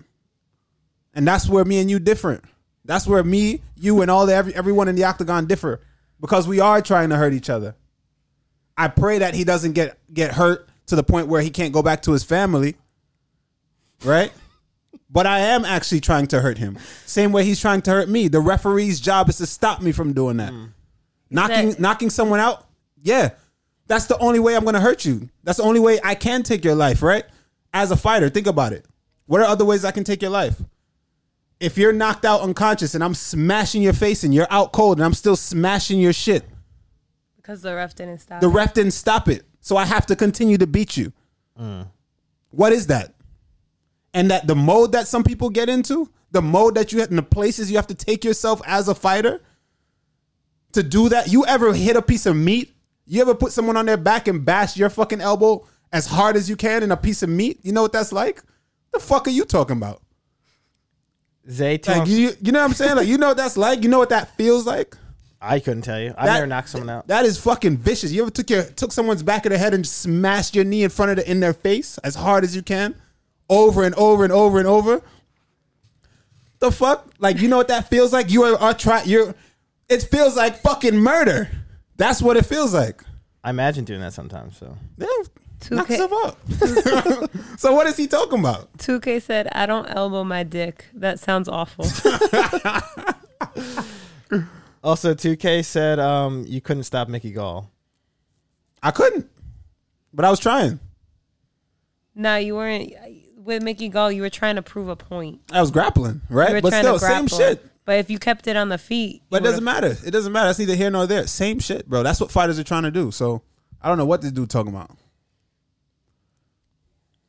Speaker 2: And that's where me and you different. That's where me, you, and all the every, everyone in the octagon differ because we are trying to hurt each other. I pray that he doesn't get get hurt to the point where he can't go back to his family. Right? But I am actually trying to hurt him. Same way he's trying to hurt me. The referee's job is to stop me from doing that. Knocking
Speaker 3: That-
Speaker 2: knocking someone out? Yeah. That's the only way I'm going to hurt you. That's the only way I can take your life, right? As a fighter, think about it. What are other ways I can take your life? if you're knocked out unconscious and I'm smashing your face and you're out cold and I'm still smashing your shit,
Speaker 3: Because the ref didn't stop.
Speaker 2: the ref didn't stop it. So I have to continue to beat you. What is that? And that the mode that some people get into, the mode that you have, and the places you have to take yourself as a fighter to do that. You ever hit a piece of meat? You ever put someone on their back and bash your fucking elbow as hard as you can in a piece of meat? You know what that's like? The fuck are you talking about?
Speaker 1: Zay, too,
Speaker 2: Like you, you know what I'm saying? Like you know what that's like. You know what that feels like.
Speaker 1: I couldn't tell you. I
Speaker 2: That-
Speaker 1: never knocked someone out.
Speaker 2: That is fucking vicious. You ever took your took someone's back of the head and smashed your knee in front of the, in their face as hard as you can, over and over and over and over? The fuck? Like you know what that feels like? You are, are try you're. It feels like fucking murder. That's what it feels like.
Speaker 1: I imagine doing that sometimes. So
Speaker 2: Yeah,
Speaker 3: Two
Speaker 2: knock
Speaker 3: K-
Speaker 2: yourself up. so what is he talking about?
Speaker 3: 2K said, I don't elbow my dick. That sounds awful.
Speaker 1: also, 2K said, um, "You couldn't stop Mickey Gall."
Speaker 2: I couldn't, but I was trying.
Speaker 3: no, you weren't. With Mickey Gall, you were trying to prove a point.
Speaker 2: I was grappling,
Speaker 3: You were
Speaker 2: right? But
Speaker 3: trying
Speaker 2: still,
Speaker 3: to grapple.
Speaker 2: same shit.
Speaker 3: But if you kept it on the feet,
Speaker 2: But it
Speaker 3: you
Speaker 2: doesn't
Speaker 3: would've-
Speaker 2: matter. It doesn't matter. That's neither here nor there. Same shit, bro. That's what fighters are trying to do. So I don't know what this dude talking about.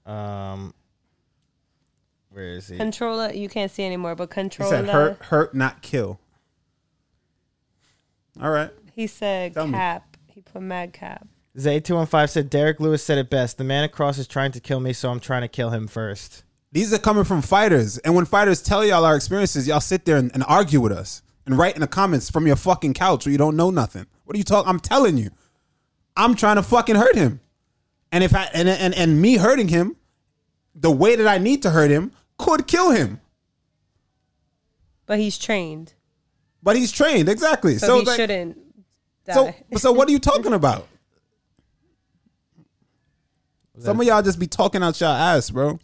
Speaker 1: Um, where is he?
Speaker 3: Controller, you can't see anymore, but
Speaker 2: He said
Speaker 3: controller,
Speaker 2: hurt, hurt, not kill. All right.
Speaker 3: he said,
Speaker 2: Tell me.
Speaker 3: cap. He put mad cap.
Speaker 1: Zay two one five said, "Derek Lewis said it best. The man across is trying to kill me, so I'm trying to kill him first.
Speaker 2: These are coming from fighters. And when fighters tell y'all our experiences, y'all sit there and, and argue with us and write in the comments from your fucking couch where you don't know nothing. What are you talking? I'm telling you. I'm trying to fucking hurt him. And if I and and, and me hurting him, the way that I need to hurt him could kill him.
Speaker 3: But he's trained,
Speaker 2: But he's trained, exactly.
Speaker 3: so,
Speaker 2: So,
Speaker 3: he
Speaker 2: like,
Speaker 3: shouldn't die.
Speaker 2: So, so what are you talking about? Some of y'all just be talking out your ass, bro,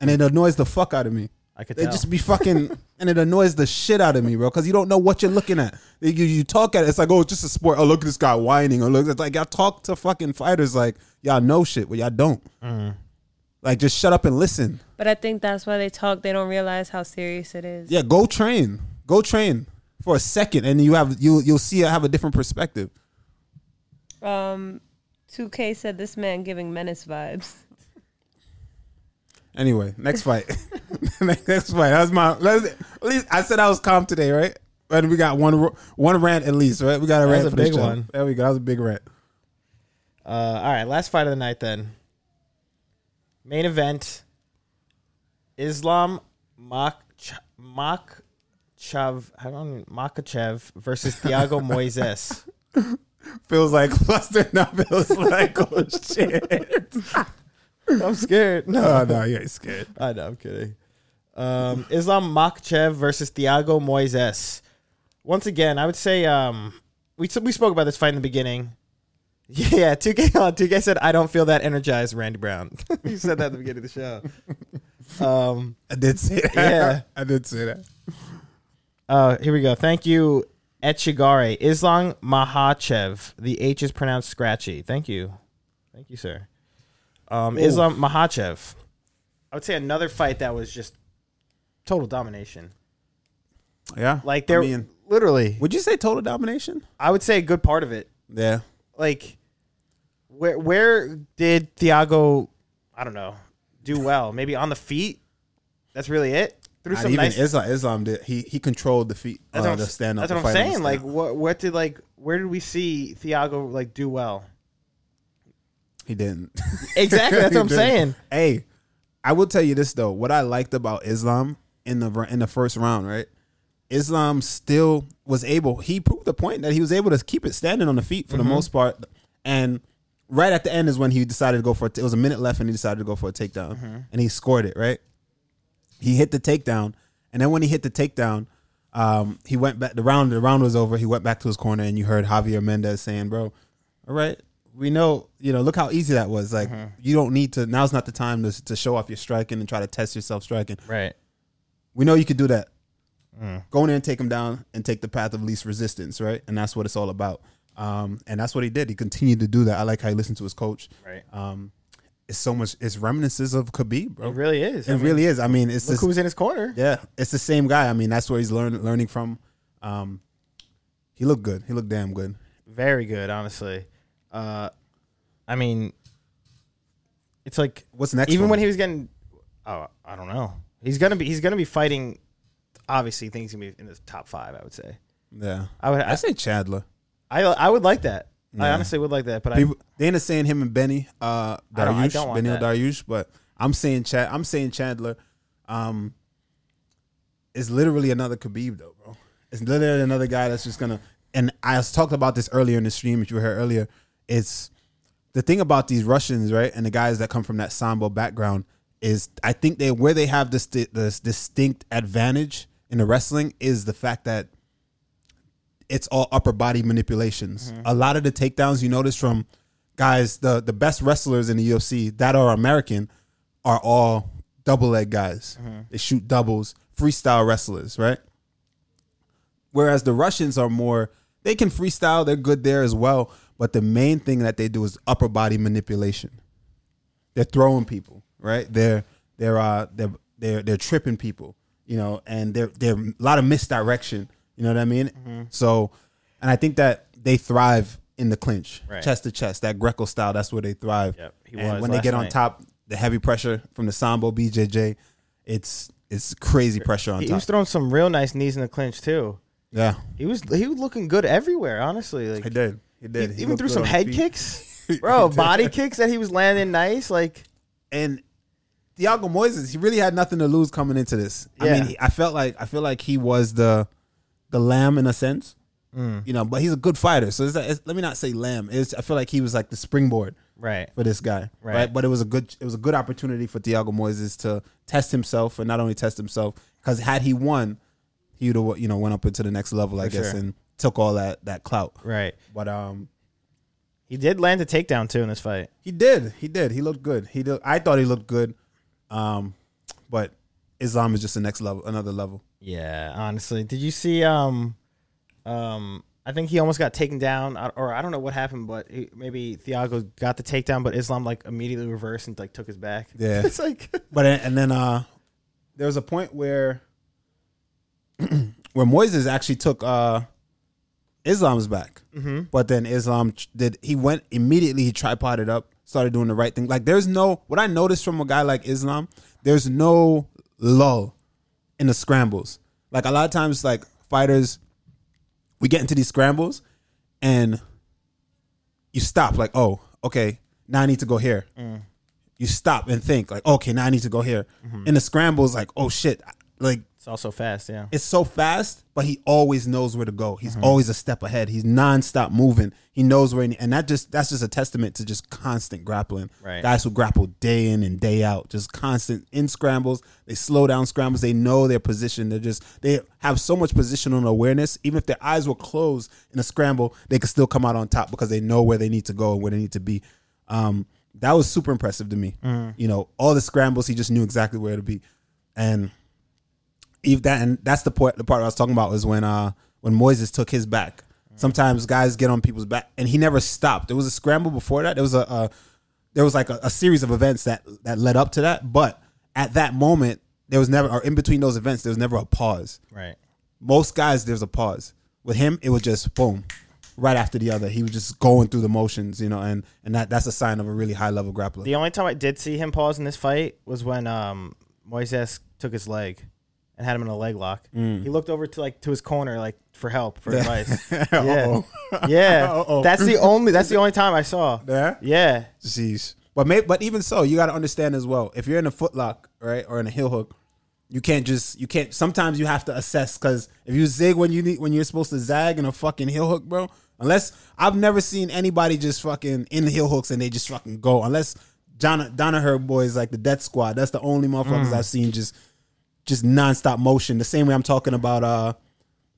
Speaker 2: and it annoys the fuck out of me.
Speaker 1: I could
Speaker 2: They
Speaker 1: tell.
Speaker 2: just be fucking, and it annoys the shit out of me, bro, because you don't know what you're looking at. You, you talk at it, it's like, oh, it's just a sport. Oh, look at this guy whining. Oh, look, it's like y'all talk to fucking fighters like y'all know shit, but y'all don't.
Speaker 1: Mm.
Speaker 2: Like, just shut up and listen.
Speaker 3: But I think that's why they talk. They don't realize how serious it is.
Speaker 2: Yeah, go train, go train for a second, and you have you you'll see I have a different perspective.
Speaker 3: Um, 2K said this man giving menace vibes.
Speaker 2: Anyway, next fight. next fight. That's my. That's, at least I said I was calm today, right? And we got one ro- one rant at least, right? We got a
Speaker 1: That was
Speaker 2: rant
Speaker 1: a
Speaker 2: for this
Speaker 1: big
Speaker 2: show.
Speaker 1: one.
Speaker 2: There we go. That was a big rant.
Speaker 1: Uh, all right, last fight of the night then. Main event: Islam Makh Makhachev. I don't Makhachev versus Thiago Moises.
Speaker 2: Feels like cluster now. Feels like oh shit.
Speaker 1: I'm scared. No,
Speaker 2: Oh no, you ain't scared.
Speaker 1: I know. I'm kidding. Um, Islam Makhachev versus Thiago Moises. Once again, I would say um, we we spoke about this fight in the beginning. Yeah, 2K on 2K said I don't feel that energized, Randy Brown. you said that at the beginning of the show. Um,
Speaker 2: I did say that.
Speaker 1: Yeah.
Speaker 2: I did say that.
Speaker 1: Uh, here we go. Thank you, Etchigare. Islam Mahachev. The H is pronounced scratchy. Thank you. Thank you, sir. Um, Islam Mahachev. I would say another fight that was just total domination.
Speaker 2: Yeah.
Speaker 1: Like there,
Speaker 2: I mean,
Speaker 1: literally,
Speaker 2: would you say total domination?
Speaker 1: I would say a good part of it.
Speaker 2: Yeah.
Speaker 1: Like, where where did Thiago? I don't know. Do well? Maybe on the feet. That's really it. Through
Speaker 2: Not even Islam. Islam did. He he controlled the feet.
Speaker 1: That's
Speaker 2: uh,
Speaker 1: what I'm,
Speaker 2: the stand up.
Speaker 1: that's what I'm saying. Like, what what did like where did we see Thiago like do well?
Speaker 2: he didn't.
Speaker 1: Exactly. That's what I'm
Speaker 2: He did.
Speaker 1: saying.
Speaker 2: Hey, I will tell you this though. What I liked about Islam in the in the first round, right? Islam still was able. He proved the point that he was able to keep it standing on the feet
Speaker 1: Mm-hmm.
Speaker 2: for the most part. And right at the end is when he decided to go for it. It was a minute left, and he decided to go for a takedown,
Speaker 1: Mm-hmm.
Speaker 2: and he scored it. Right? He hit the takedown, and then when he hit the takedown. Um, he went back. The round, the round was over. He went back to his corner, and you heard Javier Mendez saying, "Bro, all right, we know, you know, look how easy that was. Like,
Speaker 1: Mm-hmm.
Speaker 2: you don't need to. Now's not the time to, to show off your striking and try to test yourself striking.
Speaker 1: Right.
Speaker 2: We know you could do that.
Speaker 1: Mm.
Speaker 2: Go in there and take him down and take the path of least resistance, right? And that's what it's all about. Um, and that's what he did. He continued to do that. I like how he listened to his coach.
Speaker 1: Right.
Speaker 2: Um, it's so much. It's reminiscences of Khabib, bro.
Speaker 1: It really is.
Speaker 2: It
Speaker 1: I mean,
Speaker 2: really is. I mean, it's
Speaker 1: Look
Speaker 2: just,
Speaker 1: who's in his corner.
Speaker 2: yeah, it's the same guy. I mean, that's where he's learn, learning from. Um, he looked good. He looked damn good.
Speaker 1: Very good, honestly. Uh, I mean, it's like
Speaker 2: What's next?
Speaker 1: even
Speaker 2: for
Speaker 1: when
Speaker 2: him?
Speaker 1: he was getting, oh, I don't know. He's gonna be. He's gonna be fighting. Obviously, things gonna be in the top five. I would say.
Speaker 2: yeah,
Speaker 1: I would.
Speaker 2: I
Speaker 1: I
Speaker 2: say Chandler.
Speaker 1: I, I would like that. I honestly would like that. But I,
Speaker 2: People, they end up saying him and Benny, uh,
Speaker 1: I don't- I
Speaker 2: Dariush,
Speaker 1: don't want that.
Speaker 2: Benil Dariush, but I'm saying Chad, I'm saying Chandler, um, is literally another Khabib though, bro. It's literally another guy that's just gonna. And I was talked about this earlier in the stream. If you were here earlier, it's the thing about these Russians, right, and the guys that come from that sambo background is I think they where they have this this distinct advantage in the wrestling is the fact that it's all upper body manipulations. A lot of the takedowns you notice from guys, the the best wrestlers in the UFC that are American are all double leg guys. They shoot doubles, freestyle wrestlers, right? Whereas the Russians are more they can freestyle, they're good there as well, but the main thing that they do is upper body manipulation. They're throwing people, right? They're they're uh they're they're they're tripping people, you know, and they're they're a lot of misdirection, you know what I mean?
Speaker 1: Mm-hmm.
Speaker 2: So and I think that they thrive in the clinch,
Speaker 1: Right.
Speaker 2: chest to chest, that Greco style, that's where they thrive.
Speaker 1: Yep, he
Speaker 2: and
Speaker 1: was
Speaker 2: when they
Speaker 1: last
Speaker 2: get on
Speaker 1: night.
Speaker 2: top, the heavy pressure from the Sambo BJJ, it's it's crazy pressure on
Speaker 1: he
Speaker 2: top.
Speaker 1: was throwing some real nice knees in the clinch too.
Speaker 2: Yeah,
Speaker 1: He was he was looking good everywhere. Honestly, like
Speaker 2: he did. He
Speaker 1: He-
Speaker 2: did. He
Speaker 1: even
Speaker 2: looked
Speaker 1: threw
Speaker 2: good
Speaker 1: some
Speaker 2: on
Speaker 1: head
Speaker 2: feet.
Speaker 1: kicks, bro. body kicks that he was landing nice. Like
Speaker 2: and Thiago Moises, he really had nothing to lose coming into this. I
Speaker 1: Yeah.
Speaker 2: mean, I felt like I feel like he was the the lamb in a sense, you know. But he's a good fighter, so it's, it's, let me not say lamb. It's, I feel like he was like the springboard
Speaker 1: right,
Speaker 2: for this guy, right.
Speaker 1: Right.
Speaker 2: But it was a good it was a good opportunity for Thiago Moises to test himself, and not only test himself because had he won, he would have you know went up into the next level, I
Speaker 1: For
Speaker 2: guess,
Speaker 1: sure.
Speaker 2: and took all that that clout.
Speaker 1: right.
Speaker 2: But um,
Speaker 1: He did land a takedown too in this fight.
Speaker 2: He did. He did. He looked good. He did. I thought he looked good, um, but Islam is just the next level, another level.
Speaker 1: Yeah, honestly, did you see? Um, um, I think he almost got taken down, I- or I don't know what happened, but he, maybe Thiago got the takedown, but Islam like immediately reversed and like took his back.
Speaker 2: Yeah.
Speaker 1: it's like
Speaker 2: But and then uh, there was a point where where Moises actually took uh, Islam's back, but then Islam ch- did. He went immediately. He tripoded up, started doing the right thing. Like there's no what I noticed from a guy like Islam. There's no lull in the scrambles. Like a lot of times, like fighters, we get into these scrambles, and you stop. Like oh, okay, now I need to go here you stop and think like okay now i need to go here and the scrambles like oh shit like
Speaker 1: it's also fast. Yeah, Mm-hmm.
Speaker 2: it's so fast but he always knows where to go he's always a step ahead he's nonstop moving he knows where he, and that just that's just a testament to just constant grappling
Speaker 1: Right.
Speaker 2: guys who grapple day in and day out just constant in scrambles they slow down scrambles they know their position they're just they have so much positional awareness even if their eyes were closed in a scramble they could still come out on top because they know where they need to go and where they need to be um, that was super impressive to me.
Speaker 1: Mm.
Speaker 2: You know, all the scrambles, he just knew exactly where to be, and if that and that's the part the part I was talking about was when uh when Moises took his back. Sometimes guys get on people's back, and he never stopped. There was a scramble before that. There was a, a there was like a, a series of events that that led up to that, but at that moment there was never or in between those events there was never a pause
Speaker 1: right.
Speaker 2: most guys there's a pause with him it was just boom right after the other he was just going through the motions you know and and that that's a sign of a really high level grappler
Speaker 1: The only time I did see him pause in this fight was when um, Moises took his leg and had him in a leg lock. He looked over to like to his corner like for help for advice. Yeah, yeah.
Speaker 2: Uh-oh.
Speaker 1: That's the only. That's the only time I saw.
Speaker 2: Yeah?
Speaker 1: yeah.
Speaker 2: Jeez. But may, but even so, you got to understand as well. If you're in a footlock, right, or in a heel hook, you can't just you can't. Sometimes you have to assess because if you zig when you need when you're supposed to zag in a fucking heel hook, bro. Unless I've never seen anybody just fucking in the heel hooks and they just fucking go. Unless John Donaher boys like the Death Squad. That's the only motherfuckers I've seen just just nonstop motion. The same way I'm talking about uh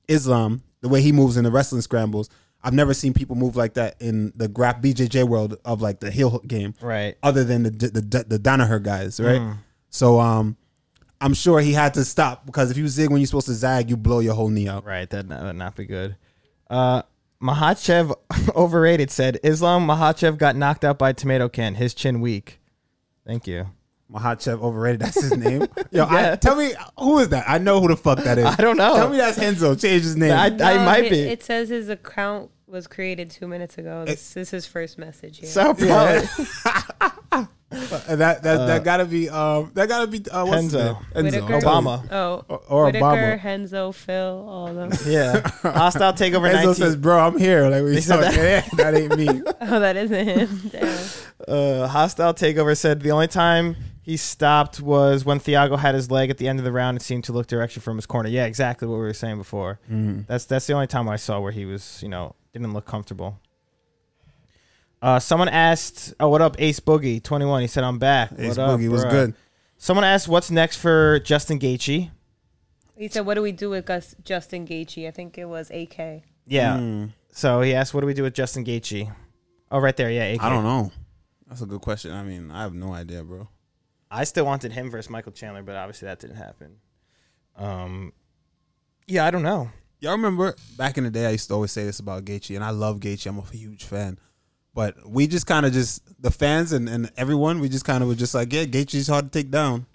Speaker 2: Islam, the way he moves in the wrestling scrambles. I've never seen people move like that in the grap BJJ world of like the heel hook game,
Speaker 1: Right. Mm.
Speaker 2: Other than the the, the Donaher guys, right? So um, I'm sure he had to stop because if you zig when you're supposed to zag, you blow your whole knee out.
Speaker 1: Right, that would not be good. Uh, Mahachev overrated said Islam Mahachev got knocked out by tomato can. His chin weak. Thank you.
Speaker 2: Mahachev overrated. That's his name. Yo,
Speaker 1: Yeah.
Speaker 2: I, tell me who is that? I know who the fuck that is.
Speaker 1: I don't know.
Speaker 2: Tell me that's Henzo. Change his name.
Speaker 1: I, I
Speaker 3: No,
Speaker 1: might
Speaker 3: it,
Speaker 1: be.
Speaker 3: It says his account was created two minutes ago. This, this is his first message here.
Speaker 1: so probably
Speaker 2: And that that, that gotta be um that gotta be uh, what's his
Speaker 1: Uh, Henzo.
Speaker 2: name? Henzo.
Speaker 3: Whitaker.
Speaker 1: Obama.
Speaker 3: Oh,
Speaker 2: or
Speaker 3: Whitaker,
Speaker 2: Obama.
Speaker 3: Henzo, Phil, all of them.
Speaker 1: yeah. Hostile takeover
Speaker 2: Enzo says,
Speaker 1: nineteen.
Speaker 2: "Bro, I'm here." Like we
Speaker 1: said
Speaker 2: talking, that? Yeah, that ain't me.
Speaker 3: oh, that isn't him. Damn.
Speaker 1: Uh, hostile takeover said the only time he stopped was when Thiago had his leg at the end of the round and seemed to look direction from his corner. Yeah, exactly what we were saying before.
Speaker 2: Mm-hmm.
Speaker 1: That's that's the only time I saw where he was, you know, didn't look comfortable. Uh, someone asked, "Oh, what up, Ace Boogie? Twenty one. He said, "I'm back."
Speaker 2: Ace
Speaker 1: what up,
Speaker 2: Boogie was
Speaker 1: bruh?
Speaker 2: good.
Speaker 1: Someone asked, "What's next for Justin Gaethje?"
Speaker 3: He said, "What do we do with Gus, Justin Gaethje?" I think it was AK.
Speaker 1: Yeah.
Speaker 2: Hmm.
Speaker 1: So he asked, "What do we do with Justin Gaethje?" Oh, right there. Yeah. AK.
Speaker 2: I don't know. That's a good question. I mean, I have no idea, bro.
Speaker 1: I still wanted him versus Michael Chandler, but obviously that didn't happen. Um, yeah, I don't know.
Speaker 2: Y'all remember back in the day? I used to always say this about Gaethje, and I love Gaethje. I'm a huge fan, but we just kind of just the fans and, and everyone. We just kind of were just like, yeah, Gaethje's hard to take down.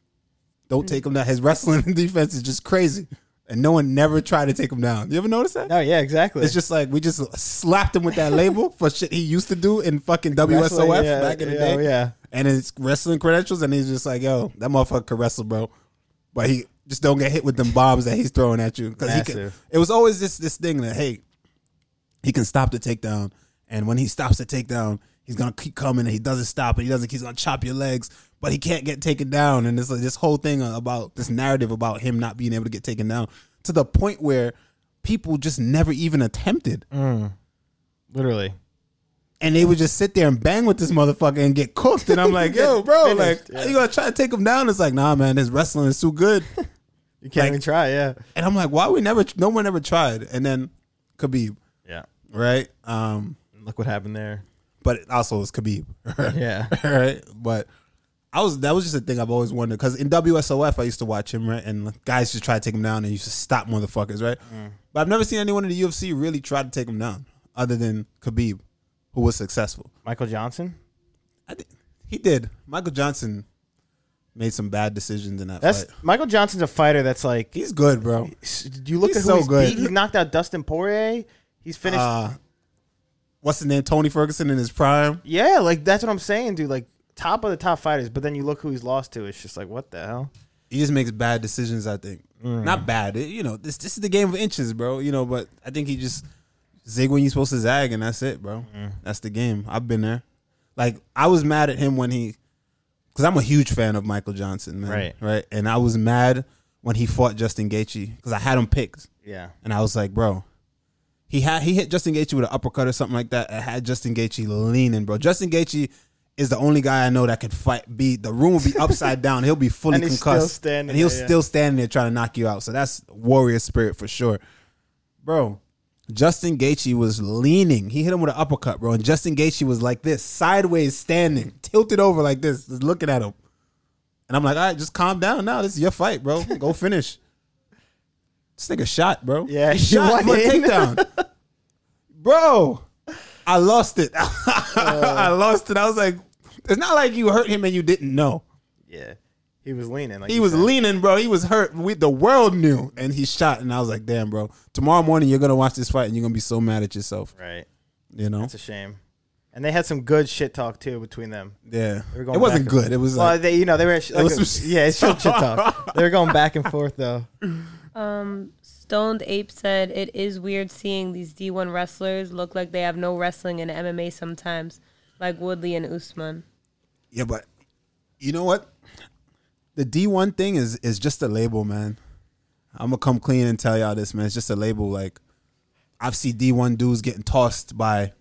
Speaker 2: Don't take him down. His wrestling defense is just crazy, and no one never tried to take him down. You ever notice that?
Speaker 1: No, Oh, yeah, exactly.
Speaker 2: It's just like we just slapped him with that label for shit he used to do in fucking
Speaker 1: Wrestling,
Speaker 2: WSOF
Speaker 1: yeah,
Speaker 2: back in the
Speaker 1: yeah,
Speaker 2: day.
Speaker 1: yeah.
Speaker 2: And his wrestling credentials, and he's just like, yo, that motherfucker can wrestle, bro. But he just don't get hit with them bombs that he's throwing at you. Because
Speaker 1: Massive.
Speaker 2: it was always this this thing that, hey, he can stop the takedown. And when he stops the takedown, he's gonna keep coming and he doesn't stop and he doesn't he's gonna chop your legs, but he can't get taken down. And it's like this whole thing about this narrative about him not being able to get taken down to the point where people just never even attempted.
Speaker 1: Mm. literally.
Speaker 2: And they would just sit there and bang with this motherfucker and get cooked. And I'm like, yo, bro,
Speaker 1: Finished,
Speaker 2: like you gonna try to take him down? It's like, nah, man, this wrestling is too good.
Speaker 1: You can't
Speaker 2: Like-
Speaker 1: even try. Yeah,
Speaker 2: and I'm like, why we never no one ever tried? And then Khabib,
Speaker 1: yeah.
Speaker 2: right? Um
Speaker 1: Look what happened there.
Speaker 2: but also it's Khabib.
Speaker 1: Yeah.
Speaker 2: right. But I was that was just a thing I've always wondered because in WSOF I used to watch him right, and guys just try to take him down and used to stop motherfuckers right.
Speaker 1: Mm.
Speaker 2: But I've never seen anyone in the UFC really try to take him down other than Khabib, who was successful.
Speaker 1: Michael Johnson.
Speaker 2: I did, he did. Michael Johnson made some bad decisions in that
Speaker 1: That's
Speaker 2: fight.
Speaker 1: Michael Johnson's a fighter that's like.
Speaker 2: He's good, bro.
Speaker 1: s- Do you look
Speaker 2: he's
Speaker 1: at who
Speaker 2: so
Speaker 1: he's
Speaker 2: good.
Speaker 1: beat? He knocked out Dustin Poirier. He's finished.
Speaker 2: Uh, what's his name? Tony Ferguson in his prime.
Speaker 1: yeah, like that's what I'm saying, dude. Like top of the top fighters, but then you look who he's lost to. It's just like what the hell.
Speaker 2: He just makes bad decisions. I think not bad. It- you know, this this is the game of inches, bro. You know, but I think he just zig when you're supposed to zag, and that's it, bro. That's the game. I've been there. Like I was mad at him when he, because I'm a huge fan of Michael Johnson, man.
Speaker 1: Right.
Speaker 2: right. And I was mad when he fought Justin Gaethje because I had him picked.
Speaker 1: Yeah.
Speaker 2: And I was like, bro, he had he hit Justin Gaethje with an uppercut or something like that. I had Justin Gaethje leaning, bro. Justin Gaethje is the only guy I know that could fight. Be the room will be upside down. He'll be fully
Speaker 1: And he's still
Speaker 2: concussed,
Speaker 1: standing
Speaker 2: and he'll
Speaker 1: there, yeah.
Speaker 2: still standing there trying to knock you out. So that's warrior spirit for sure, bro. Justin Gaethje was leaning. He hit him with an uppercut, bro. And Justin Gaethje was like this, sideways standing, tilted over like this, just looking at him. And I'm like, all right, just calm down now. This is your fight, bro. Go finish. this nigga shot, bro.
Speaker 1: Yeah,
Speaker 2: he
Speaker 1: he went
Speaker 2: shot for a
Speaker 1: in.
Speaker 2: takedown, bro. I lost it.
Speaker 1: Uh.
Speaker 2: I lost it. I was like, it's not like you hurt him and you didn't know.
Speaker 1: Yeah. He was leaning. Like
Speaker 2: He
Speaker 1: you
Speaker 2: was
Speaker 1: said.
Speaker 2: leaning, bro. He was hurt. We, the world knew, and he shot. And I was like, damn, bro. Tomorrow morning you're gonna watch this fight and you're gonna be so mad at yourself.
Speaker 1: Right.
Speaker 2: You know?
Speaker 1: It's a shame. And they had some good shit talk too between them.
Speaker 2: Yeah.
Speaker 1: They were going
Speaker 2: It wasn't
Speaker 1: back and-
Speaker 2: good. It was
Speaker 1: Well,
Speaker 2: like,
Speaker 1: they, you know, they were like
Speaker 2: was
Speaker 1: a-
Speaker 2: some shit
Speaker 1: yeah, it's shit, shit talk. They were going back and forth though.
Speaker 3: Stoned Ape said, It is weird seeing these D1 wrestlers look like they have no wrestling and MMA sometimes, like Woodley and Usman.
Speaker 2: yeah, but you know what? The D one thing is is just a label, man. I'm gonna come clean and tell y'all this, man. It's just a label. Like I've seen D one dudes getting tossed by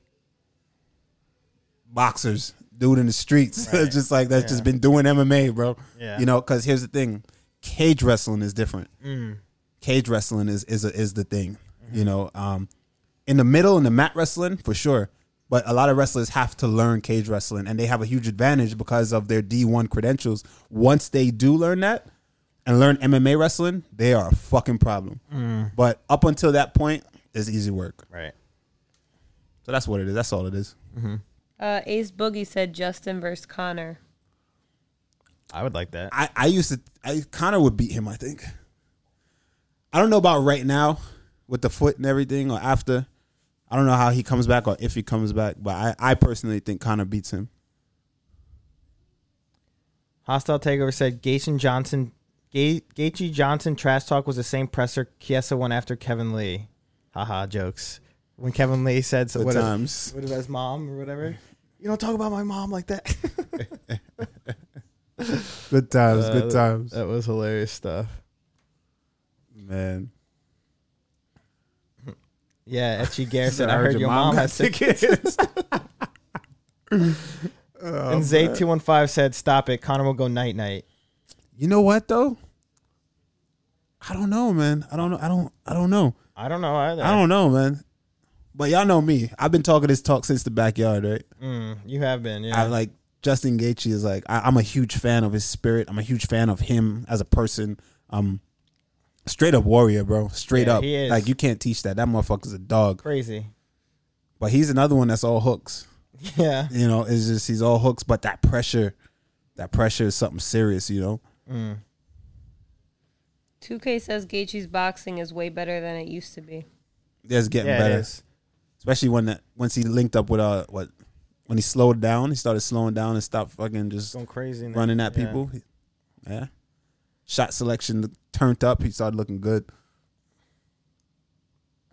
Speaker 2: boxers, dude in the streets. It's just like that's just been doing MMA, bro.
Speaker 1: Yeah.
Speaker 2: You know, because here's the thing: cage wrestling is different. Cage wrestling is is a, is the thing. You know, um, in the middle in the mat wrestling for sure. But a lot of wrestlers have to learn cage wrestling, and they have a huge advantage because of their D one credentials. Once they do learn that and learn MMA wrestling, they are a fucking problem. But up until that point, it's easy work.
Speaker 1: Right.
Speaker 2: So that's what it is. That's all it is.
Speaker 3: Uh, Ace Boogie said, Justin versus Connor.
Speaker 1: I would like that.
Speaker 2: I, I used to I Connor would beat him, I think. I don't know about right now with the foot and everything or after. I don't know how he comes back or if he comes back, but I, I personally think Connor beats him.
Speaker 1: Hostile Takeover said Gaethje Johnson Ga- Gaethje Johnson trash talk was the same presser Kiesa won after Kevin Lee. Haha jokes. When Kevin Lee said so
Speaker 2: Good
Speaker 1: what if-
Speaker 2: times.
Speaker 1: what about his mom or whatever? You don't talk about my mom like that.
Speaker 2: Good times,
Speaker 1: Uh,
Speaker 2: good times.
Speaker 1: That was hilarious stuff.
Speaker 2: Man.
Speaker 1: Yeah, Etchy Gare said I heard your mom, had sick
Speaker 2: kids.
Speaker 1: and Zay two one five said stop it. Connor will go night night.
Speaker 2: you know what though? I don't know, man. I don't know. I don't I don't know.
Speaker 1: I don't know either.
Speaker 2: I don't know, man. But y'all know me. I've been talking this talk since the backyard, right?
Speaker 1: Mm, you have been, yeah.
Speaker 2: I like Justin Gaethje is like I, I'm a huge fan of his spirit. I'm a huge fan of him as a person. Um, straight up warrior, bro. Straight
Speaker 1: Yeah,
Speaker 2: up,
Speaker 1: he is.
Speaker 2: like you can't teach that. That motherfucker's a dog.
Speaker 1: Crazy.
Speaker 2: But he's another one that's all hooks.
Speaker 1: Yeah.
Speaker 2: You know, it's just he's all hooks. But that pressure, that pressure is something serious. You know,
Speaker 3: 2K says Gaethje's boxing is way better than it used to be.
Speaker 2: it's getting
Speaker 1: Yeah, it
Speaker 2: better,
Speaker 1: is.
Speaker 2: especially when that once he linked up with uh what when he slowed down, he started slowing down and stopped fucking just
Speaker 1: Going crazy. now.
Speaker 2: running at
Speaker 1: Yeah.
Speaker 2: people. Yeah. Shot selection turned up. He started looking good.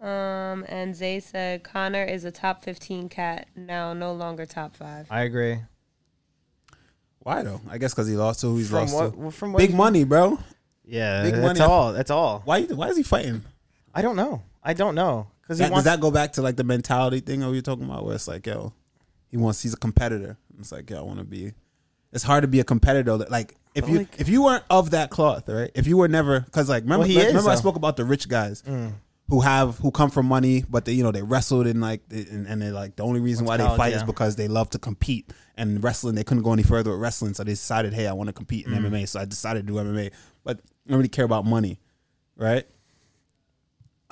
Speaker 3: Um, and Zay said Connor is a top 15 cat, now no longer top five.
Speaker 1: I agree.
Speaker 2: Why though? I guess because he lost to who he's
Speaker 1: From
Speaker 2: lost
Speaker 1: what,
Speaker 2: to.
Speaker 1: well, from what
Speaker 2: Big
Speaker 1: you-
Speaker 2: money, bro.
Speaker 1: Yeah,
Speaker 2: Big
Speaker 1: that's
Speaker 2: money.
Speaker 1: all. That's all.
Speaker 2: Why? Why is he fighting?
Speaker 1: I don't know. I don't know because he
Speaker 2: That, does
Speaker 1: wants.
Speaker 2: that go back to like the mentality thing that we were talking about, where it's like, yo, he wants. He's a competitor. It's like, yo, I want to be. It's hard to be a competitor. that- Like if
Speaker 1: But,
Speaker 2: you
Speaker 1: like-
Speaker 2: if you weren't of that cloth, right? If you were never, because like remember,
Speaker 1: Well, he is,
Speaker 2: remember I
Speaker 1: though. Mm.
Speaker 2: spoke about the rich guys. who have who come from money, but they you know they wrestled and like they- and, and they like the only reason why they
Speaker 1: college,
Speaker 2: fight is
Speaker 1: yeah.
Speaker 2: because they love to compete and wrestling. They couldn't go any further with wrestling, so they decided, hey, I want to compete in
Speaker 1: Mm.
Speaker 2: MMA, so I decided to do MMA. But I don't really care about money, right?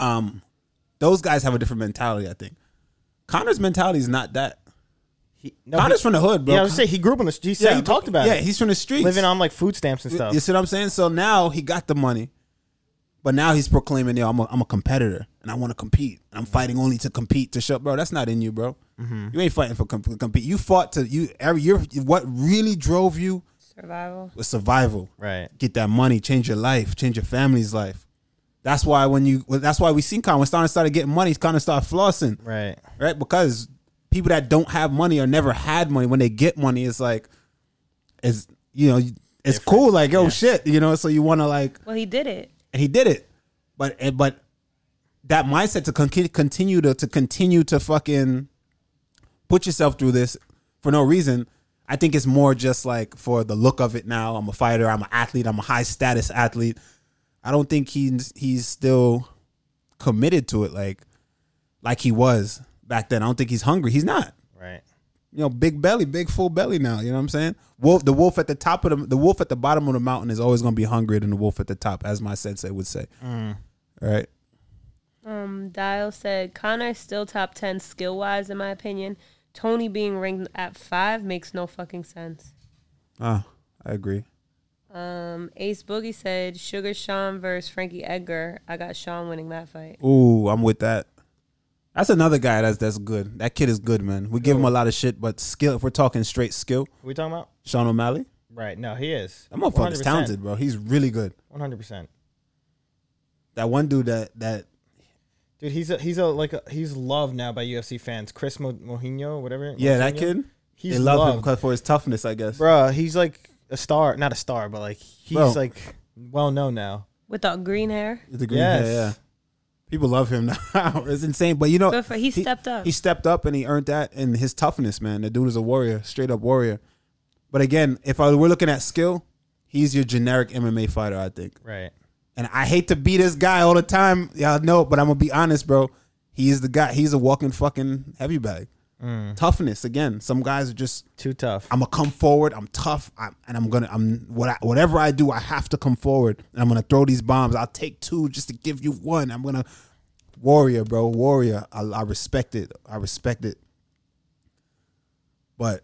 Speaker 2: Um, those guys have a different mentality. I think Connor's mentality is not that.
Speaker 1: He, no,
Speaker 2: Connor's
Speaker 1: he-
Speaker 2: from the hood, bro.
Speaker 1: Yeah, I was gonna say he grew up in the. st- He said he talked about
Speaker 2: yeah,
Speaker 1: it.
Speaker 2: he's from the streets,
Speaker 1: living on like food stamps and stuff.
Speaker 2: you see what I'm saying? So now he got the money, but now he's proclaiming, "Yo, I'm a, I'm a competitor, and I want to compete. And I'm fighting only to compete to show, bro. That's not in you, bro. You ain't fighting for comp- compete. You fought to you. Every you what really drove you
Speaker 3: Survival.
Speaker 2: was survival.
Speaker 1: Right.
Speaker 2: Get that money, change your life, change your family's life. That's why when you, well, that's why we seen Conor when Conor started getting money, Conor started flossing
Speaker 1: Right.
Speaker 2: right? Because people that don't have money or never had money, when they get money, it's like, it's you know, it's cool. Like, oh shit, you know. So you want to like,
Speaker 3: Well, he did it.
Speaker 2: and he did it, but and- but that mindset to con- continue to to continue to fucking put yourself through this for no reason. I think it's more just like for the look of it. Now I'm a fighter. I'm an athlete. I'm a high status athlete. I don't think he's he's still committed to it like like he was back then. I don't think he's hungry. He's not.
Speaker 1: Right.
Speaker 2: You know, big belly, big full belly now. You know what I'm saying? Wolf, the wolf at the top of the the wolf at the bottom of the mountain is always going to be hungrier than the wolf at the top, as my sensei would say.
Speaker 1: Mm.
Speaker 2: All right.
Speaker 3: Um, Dial said Connor still top ten skill wise in my opinion. Tony being ranked at five makes no fucking sense.
Speaker 2: Ah, I agree.
Speaker 3: Um, Ace Boogie said Sugar Sean versus Frankie Edgar. I got Sean winning that fight.
Speaker 2: Ooh, I'm with that. That's another guy that's that's good. That kid is good, man. We give him a lot of shit, but skill. If we're talking straight skill,
Speaker 1: What we talking about?
Speaker 2: Sean O'Malley,
Speaker 1: Right. No, he is.
Speaker 2: that motherfucker's talented, bro. He's really good.
Speaker 1: One hundred percent.
Speaker 2: That one dude that that
Speaker 1: Dude, he's a, he's a like a, he's loved now by UFC fans. Chris Mo- Mojino, whatever.
Speaker 2: yeah, that
Speaker 1: Mojino?
Speaker 2: kid.
Speaker 1: He's
Speaker 2: they love him
Speaker 1: loved.
Speaker 2: because for his toughness, I guess.
Speaker 1: Bruh, he's like a star. Not a star, but like he's
Speaker 2: Bro.
Speaker 1: like well known now.
Speaker 3: Without green hair.
Speaker 2: With the green
Speaker 1: Yes.
Speaker 2: hair, yeah. People love him now. it's insane. But you know,
Speaker 3: But for- he stepped up.
Speaker 2: He stepped up and he earned that and his toughness, man. The dude is a warrior, straight up warrior. But again, if I, we're looking at skill, he's your generic MMA fighter, I think.
Speaker 1: Right.
Speaker 2: And I hate to be this guy all the time. Y'all know, but I'm gonna be honest, bro. He is the guy. He's a walking fucking heavy bag. Toughness again. Some guys are just
Speaker 1: Too tough.
Speaker 2: I'm gonna come forward. I'm tough, I'm, and I'm gonna. I'm what I, whatever I do, I have to come forward, and I'm gonna throw these bombs. I'll take two just to give you one. I'm gonna warrior, bro, warrior. I, I respect it. I respect it. But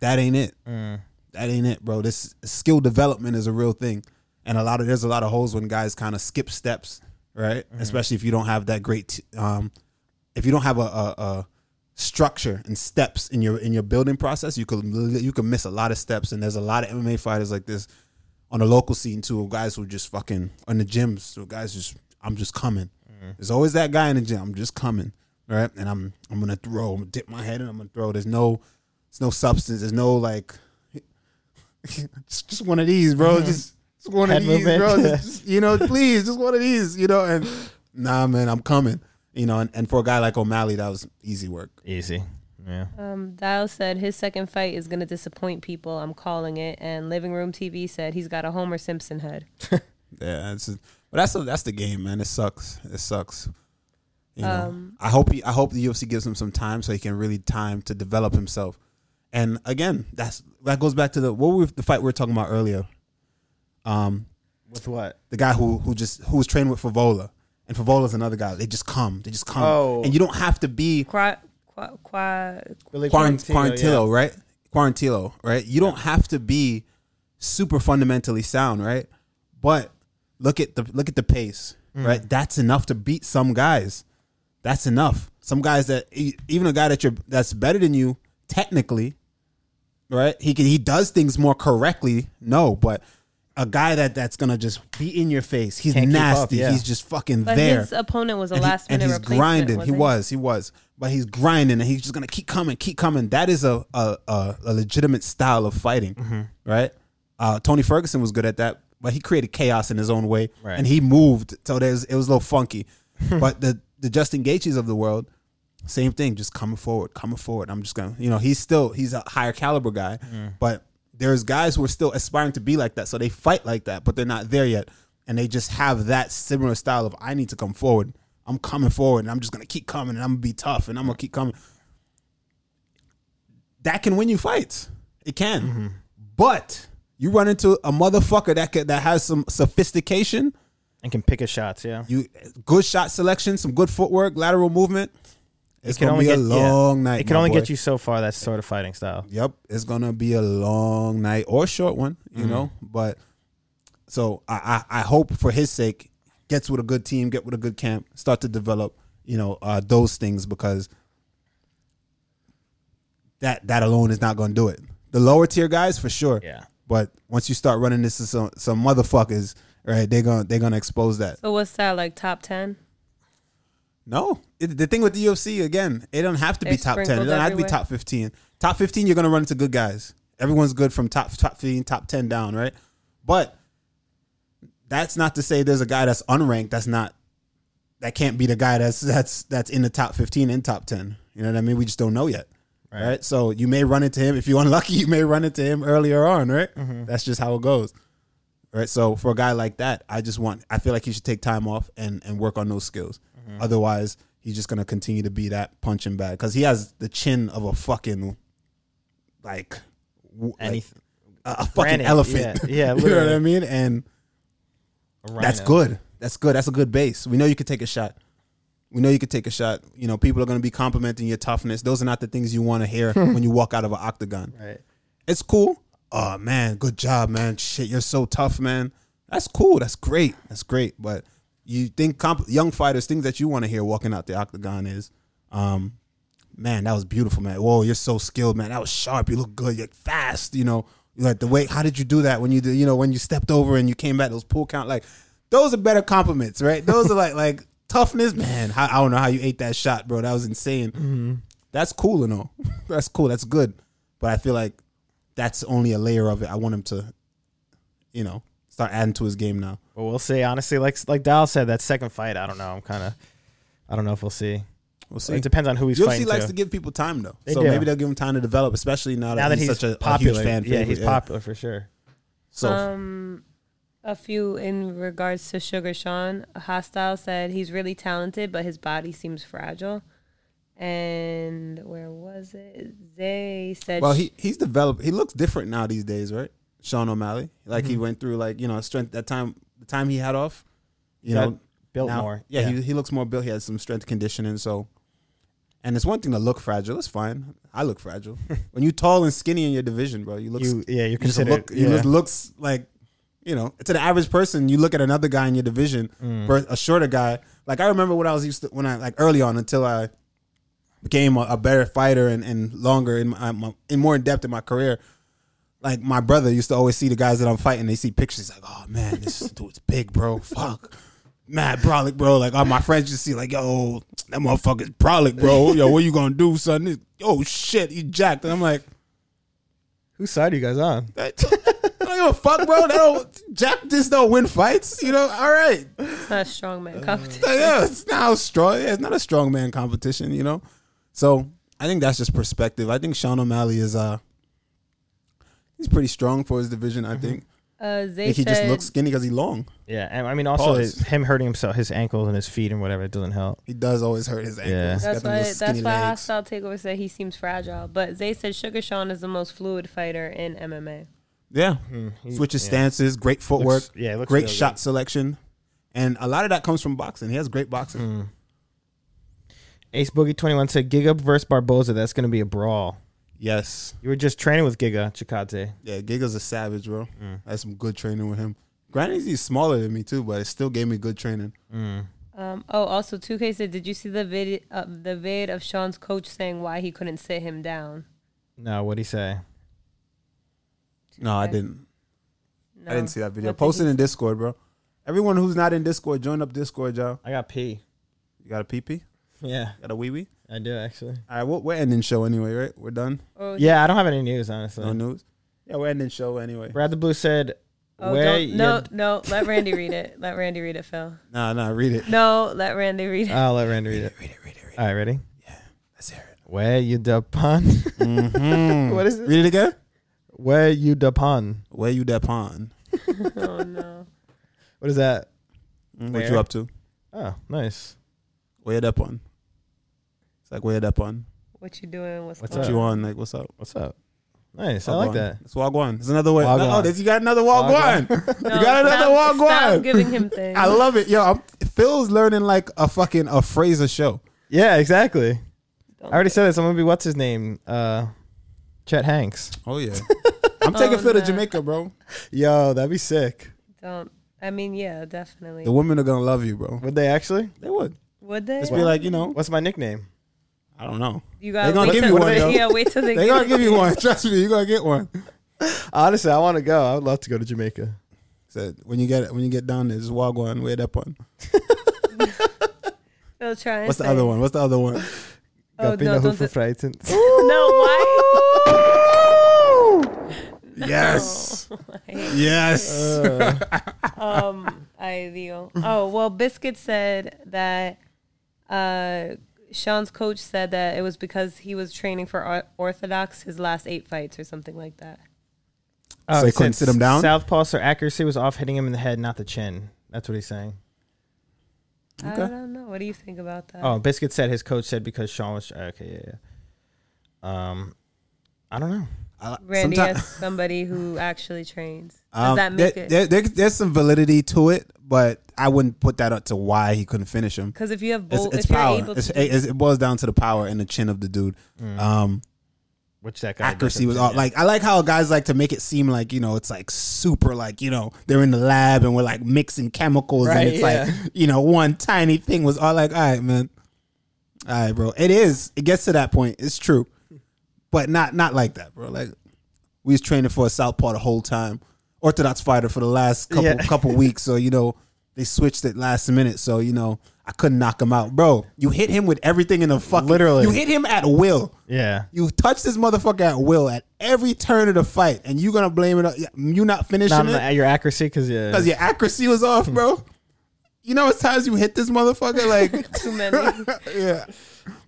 Speaker 2: that ain't it. That ain't it, bro. This skill development is a real thing, and a lot of there's a lot of holes when guys kind of skip steps, right? Especially if you don't have that great. T- um, if you don't have a, a, a structure and steps in your in your building process, you could you could miss a lot of steps. And there's a lot of MMA fighters like this on the local scene too. of Guys who just fucking on the gyms. So guys just I'm just coming. There's always that guy in the gym. I'm just coming, right? And I'm I'm gonna throw. I'm gonna dip my head and I'm gonna throw. There's no there's no substance. There's no like just, just one of these, bro. Just, just one
Speaker 1: Head
Speaker 2: of these,
Speaker 1: movement.
Speaker 2: bro. Just, just, you know, please, just one of these, you know. And nah, man, I'm coming. You know, and, and for a guy like O'Malley, that was easy work.
Speaker 1: Easy. Yeah.
Speaker 3: Um, Dial said his second fight is gonna disappoint people. I'm calling it. And Living Room TV said he's got a Homer Simpson head.
Speaker 2: Yeah, it's but that's that's the game, man. It sucks. It sucks. You know,
Speaker 1: Um,
Speaker 2: I hope he, I hope the UFC gives him some time so he can really time to develop himself. And again, that's that goes back to the what we the fight we were talking about earlier. Um,
Speaker 1: With what?
Speaker 2: the guy who who just who was trained with Favola, and Favola's another guy. They just come, they just come,
Speaker 1: Oh.
Speaker 2: and you don't have to be
Speaker 3: Qua, qua, qua,
Speaker 1: Billy
Speaker 2: Quarant-
Speaker 1: yeah.
Speaker 2: Quarantillo, right? Quarantillo, right? You don't have to be super fundamentally sound, right? But look at the look at the pace,
Speaker 1: Mm.
Speaker 2: right? That's enough to beat some guys. That's enough. Some guys that e- even a guy that you're that's better than you technically, right? He can he does things more correctly. No, but a guy that that's gonna just be in your face. He's
Speaker 1: Can't keep up,
Speaker 2: nasty.
Speaker 1: yeah.
Speaker 2: He's just fucking
Speaker 3: but
Speaker 2: there
Speaker 3: his opponent was a
Speaker 2: and he-
Speaker 3: last
Speaker 2: and
Speaker 3: minute
Speaker 2: he's grinding.
Speaker 3: replacement.
Speaker 2: He was, he was, but he's grinding, and he's just gonna keep coming, keep coming. That is a a, a, a legitimate style of fighting, right? Uh, Tony Ferguson was good at that, but he created chaos in his own way,
Speaker 1: Right.
Speaker 2: and he moved, so there's it was a little funky. but the the Justin Gaethjes of the world, same thing, just coming forward, coming forward. I'm just gonna, you know, he's still he's a higher caliber guy, but there's guys who are still aspiring to be like that, so they fight like that, but they're not there yet, and they just have that similar style of I need to come forward, I'm coming forward and I'm just gonna keep coming and I'm gonna be tough and I'm gonna keep coming. That can win you fights. It can. But you run into a motherfucker that ca- that has some sophistication,
Speaker 1: and can pick his shots. Yeah,
Speaker 2: you good shot selection, some good footwork, lateral movement. It's
Speaker 1: It can
Speaker 2: gonna
Speaker 1: only
Speaker 2: be a
Speaker 1: get- yeah.
Speaker 2: long night.
Speaker 1: it can
Speaker 2: my
Speaker 1: only
Speaker 2: boy.
Speaker 1: get you so far. That sort of fighting style.
Speaker 2: Yep, it's gonna be a long night or a short one, you
Speaker 1: Mm.
Speaker 2: know. But so I, I I hope for his sake, gets with a good team, get with a good camp, start to develop, you know, uh, those things because that that alone is not gonna do it. The lower tier guys for sure.
Speaker 1: Yeah.
Speaker 2: But once you start running this to some some motherfuckers, right? They're gonna they're gonna expose that.
Speaker 3: So what's that like? Top ten?
Speaker 2: No, it, the thing with the UFC again, it don't have to be
Speaker 3: They're
Speaker 2: top ten. It
Speaker 3: sprinkled
Speaker 2: don't have to be
Speaker 3: everywhere.
Speaker 2: top fifteen. Top fifteen, you're gonna run into good guys. Everyone's good from top top fifteen, top ten down, right? But that's not to say there's a guy that's unranked. That's not that can't be the guy that's that's that's in the top fifteen and top ten. You know what I mean? We just don't know yet, right? So you may run into him if you're unlucky. You may run into him earlier on, right?
Speaker 1: Mm-hmm.
Speaker 2: That's just how it goes. Right. So for a guy like that, I just want I feel like he should take time off and and work on those skills.
Speaker 1: Mm-hmm.
Speaker 2: Otherwise, he's just gonna continue to be that punching bag because he has the chin of a fucking like, w- like,
Speaker 1: Anything.
Speaker 2: a, a fucking
Speaker 1: Granite,
Speaker 2: elephant.
Speaker 1: yeah, yeah,
Speaker 2: you know what I
Speaker 1: literally.
Speaker 2: mean. And that's good. That's good. That's a good base. We know you could take a shot. We know you could take a shot. You know people are gonna be complimenting your toughness. Those are not the things you want to hear when you walk out of an octagon
Speaker 1: Right.
Speaker 2: it's cool. Oh man, good job, man. Shit, you're so tough, man. That's cool. That's great. That's great. But you think comp- young fighters, things that you want to hear walking out the octagon is, um, man, that was beautiful, man. Whoa, you're so skilled, man. That was sharp. You look good. You're fast. You know, You're like the way. How did you do that when you did? You know, when you stepped over and you came back those pull count. Like, those are better compliments, right? Those are like like toughness, man. How, I don't know how you ate that shot, bro. That was insane. That's cool and all. That's cool. That's good. But I feel like that's only a layer of it. I want him to, you know, start adding to his game now.
Speaker 1: But we'll see. Honestly, like like Dal said, that second fight, I don't know. I'm kind of, I don't know if we'll see.
Speaker 2: We'll see.
Speaker 1: It depends on who he's
Speaker 2: UFC
Speaker 1: fighting.
Speaker 2: likes
Speaker 1: too.
Speaker 2: to give people time though,
Speaker 1: They
Speaker 2: so
Speaker 1: do.
Speaker 2: maybe they'll give him time to develop, especially now,
Speaker 1: now that he's,
Speaker 2: such a, a
Speaker 1: popular.
Speaker 2: huge fan.
Speaker 1: yeah,
Speaker 2: favorite.
Speaker 1: he's popular for sure.
Speaker 2: So
Speaker 3: Um, a few in regards to Sugar Sean. Hostile said he's really talented, but his body seems fragile. And where was it? They said
Speaker 2: well, he he's developed. He looks different now these days, right? Sean O'Malley, like he went through like you know strength that time the time he had off, you
Speaker 1: Got
Speaker 2: know,
Speaker 1: built
Speaker 2: now-
Speaker 1: more.
Speaker 2: Yeah,
Speaker 1: Yeah.
Speaker 2: He, he looks more built. He has some strength conditioning. So, and it's one thing to look fragile. It's fine. I look fragile when you tall and skinny in your division, bro. You look
Speaker 1: You, yeah, you're
Speaker 2: you just
Speaker 1: considered.
Speaker 2: look,
Speaker 1: yeah.
Speaker 2: you just looks like you know to the average person you look at another guy in your division ver- a shorter guy like i remember when i was used to when i like early on until i became a, a better fighter and, and longer in my, my in more in depth in my career like my brother used to always see the guys that i'm fighting they see pictures like oh man this dude's big bro fuck Mad brolic, bro. Like all my friends just see, like, yo, that motherfucker's brolic, bro. Yo, what you gonna do, son? This- oh shit, he jacked. And I'm like,
Speaker 1: Whose side are you guys on?
Speaker 2: I don't give a fuck, bro. That don't Jack just don't win fights. You know, all right.
Speaker 3: it's not strongman competition.
Speaker 2: Like, yeah, it's not a strong. yeah, it's not a strong man competition. You know, so I think that's just perspective. I think Sean O'Malley is uh, he's pretty strong for his division. I think.
Speaker 3: Uh,
Speaker 2: I
Speaker 3: Zay
Speaker 2: think he
Speaker 3: said
Speaker 2: just looks skinny because he long.
Speaker 1: Yeah, and I mean also
Speaker 2: Pause.
Speaker 1: his- him hurting himself, his ankles and his feet and whatever, it doesn't help.
Speaker 2: He does always hurt his ankles.
Speaker 1: Yeah.
Speaker 2: He's got
Speaker 3: That's
Speaker 2: them
Speaker 3: why.
Speaker 2: little
Speaker 3: That's
Speaker 2: skinny
Speaker 3: why
Speaker 2: legs.
Speaker 3: hostile takeover said he seems fragile. But Zay said Sugar Sean is the most fluid fighter in MMA.
Speaker 2: Yeah.
Speaker 1: Mm-hmm. he-
Speaker 2: Switches
Speaker 1: yeah.
Speaker 2: stances, great footwork,
Speaker 1: Looks- yeah, it looks
Speaker 2: great
Speaker 1: real good.
Speaker 2: shot selection. And a lot of that comes from boxing. He has great boxing.
Speaker 1: Mm. Ace Boogie Twenty One said Giga versus Barboza. That's going to be a brawl.
Speaker 2: Yes.
Speaker 1: You were just training with Giga Chikate.
Speaker 2: Yeah, Giga's a savage, bro. I had some good training with him. Granted, he's smaller than me too, but it still gave me good training.
Speaker 1: Mm.
Speaker 3: Um, oh, also, 2K said, did you see the vid, uh, the vid of Sean's coach saying why he couldn't sit him down?
Speaker 1: No, what'd he say?
Speaker 2: No, I didn't.
Speaker 3: No.
Speaker 2: I didn't see that video.
Speaker 3: What did
Speaker 2: Post it
Speaker 3: he-
Speaker 2: in Discord, bro. Everyone who's not in Discord, join up Discord, y'all.
Speaker 1: I got pee.
Speaker 2: You got a pee pee?
Speaker 1: Yeah,
Speaker 2: Got a wee wee?
Speaker 1: I do actually.
Speaker 2: All right, we're, we're ending show anyway, right? We're done.
Speaker 3: Or was
Speaker 1: Yeah, I don't have any news honestly.
Speaker 2: No news. Yeah, we're ending show anyway.
Speaker 1: Brad the Blue said,
Speaker 3: Oh,
Speaker 1: "Where
Speaker 3: don't-
Speaker 1: your-
Speaker 3: no, no, let Randy read it. Let Randy read it, Phil.
Speaker 2: Nah, nah, read it.
Speaker 3: No, let Randy read it.
Speaker 1: I'll let Randy read it.
Speaker 2: Read it, read it, read it.
Speaker 1: All right, ready?
Speaker 2: Let's hear it.
Speaker 1: Where you da pun? what is it?
Speaker 2: Mm-hmm. Read it again.
Speaker 1: Where you da pun?
Speaker 2: Where you that pond?
Speaker 3: oh, no.
Speaker 1: What is that?
Speaker 2: Mm, What
Speaker 1: Where?
Speaker 2: you up to?
Speaker 1: Oh, nice.
Speaker 2: Weigh it up on. It's like weigh it up on.
Speaker 3: What you doing? What's,
Speaker 1: What's
Speaker 3: going
Speaker 2: What
Speaker 1: up?
Speaker 2: you on? Like what's up?
Speaker 1: What's up? Nice. I
Speaker 2: Wagwan.
Speaker 1: like that.
Speaker 2: It's Wagwan. It's another way.
Speaker 1: Wagwan.
Speaker 2: Oh, this, you got another Wagwan.
Speaker 3: on?
Speaker 2: you got another
Speaker 3: stop,
Speaker 2: Wagwan.
Speaker 3: Stop giving him things.
Speaker 2: I love it. Yo, I'm, Phil's learning like a fucking a phrase a show.
Speaker 1: Yeah, exactly.
Speaker 3: Don't
Speaker 1: I already
Speaker 3: do
Speaker 1: said this. I'm gonna be what's his name? Uh, Chet Hanks.
Speaker 2: Oh yeah. I'm taking
Speaker 3: Oh,
Speaker 2: Phil to
Speaker 3: no.
Speaker 2: Jamaica, bro.
Speaker 1: Yo, that'd be sick.
Speaker 3: it. Don't. I mean, yeah, definitely.
Speaker 2: The women are gonna love you, bro.
Speaker 1: Would they actually?
Speaker 2: They would.
Speaker 3: Would they?
Speaker 2: Just be like, you know,
Speaker 1: What's my nickname?
Speaker 2: I don't know.
Speaker 3: you gotta
Speaker 2: they gonna
Speaker 3: wait
Speaker 2: give
Speaker 3: till,
Speaker 2: you one, though.
Speaker 3: Yeah, wait till they.
Speaker 2: They gonna give you one. Trust me, you gonna get one.
Speaker 1: Honestly, I want to go. I would love to go to Jamaica.
Speaker 2: So when you get when you get down there, just Wagwan, weigh it up on.
Speaker 3: They'll try. and
Speaker 2: What's the
Speaker 3: say,
Speaker 2: other one? What's the other one?
Speaker 3: Oh
Speaker 1: Gabina
Speaker 3: no! Don't.
Speaker 1: Hufa
Speaker 3: Do,
Speaker 1: Freitens.
Speaker 3: no, why?
Speaker 2: Yes.
Speaker 3: Oh
Speaker 2: Yes.
Speaker 1: Uh,
Speaker 3: um, I Leo. Oh well, Biscuit said that uh, Sean's coach said that it was because he was training for or- Orthodox his last eight fights or something like that.
Speaker 2: So he couldn't
Speaker 1: said
Speaker 2: sit him down?
Speaker 1: Southpaw, so accuracy was off, hitting him in the head, not the chin. That's what he's saying.
Speaker 3: I
Speaker 2: Okay. Um,
Speaker 3: don't know. What do you think about that?
Speaker 1: Oh, Biscuit said his coach said because Sean was okay. Yeah, yeah. Um, I don't know.
Speaker 2: I-
Speaker 3: Randy
Speaker 2: sometime-
Speaker 3: is somebody who actually trains. Does
Speaker 2: um,
Speaker 3: that make
Speaker 2: there-
Speaker 3: it?
Speaker 2: there- there- there's some validity to it, but I wouldn't put that up to why he couldn't finish him.
Speaker 3: Because if you have
Speaker 2: It's,
Speaker 3: both,
Speaker 2: it's
Speaker 3: if you're
Speaker 2: power.
Speaker 3: able
Speaker 2: It's-
Speaker 3: to,
Speaker 2: it, it's- it boils down to the power and the chin of the dude. Um,
Speaker 1: Which that guy
Speaker 2: accuracy
Speaker 1: doesn't
Speaker 2: was
Speaker 1: do,
Speaker 2: all
Speaker 1: yeah.
Speaker 2: like I like how guys like to make it seem like you know it's like super like you know they're in the lab and we're like mixing chemicals
Speaker 1: Right,
Speaker 2: and it's
Speaker 1: yeah.
Speaker 2: like you know one tiny thing was all like all right man, all right bro it is it gets to that point it's true, but not not like that bro like we was training for a southpaw the whole time orthodox fighter for the last couple
Speaker 1: Yeah.
Speaker 2: couple weeks so you know they switched it last minute so you know. I couldn't knock him out, bro. You hit him with everything in the fucking.
Speaker 1: Literally.
Speaker 2: you hit him at will.
Speaker 1: yeah.
Speaker 2: You touch this motherfucker at will at every turn of the fight, and you gonna blame it. on- You not finishing
Speaker 1: Not
Speaker 2: it
Speaker 1: the, your accuracy because yeah,
Speaker 2: because your accuracy was off, bro. You know, it's times you hit this motherfucker like,
Speaker 3: too many.
Speaker 2: yeah.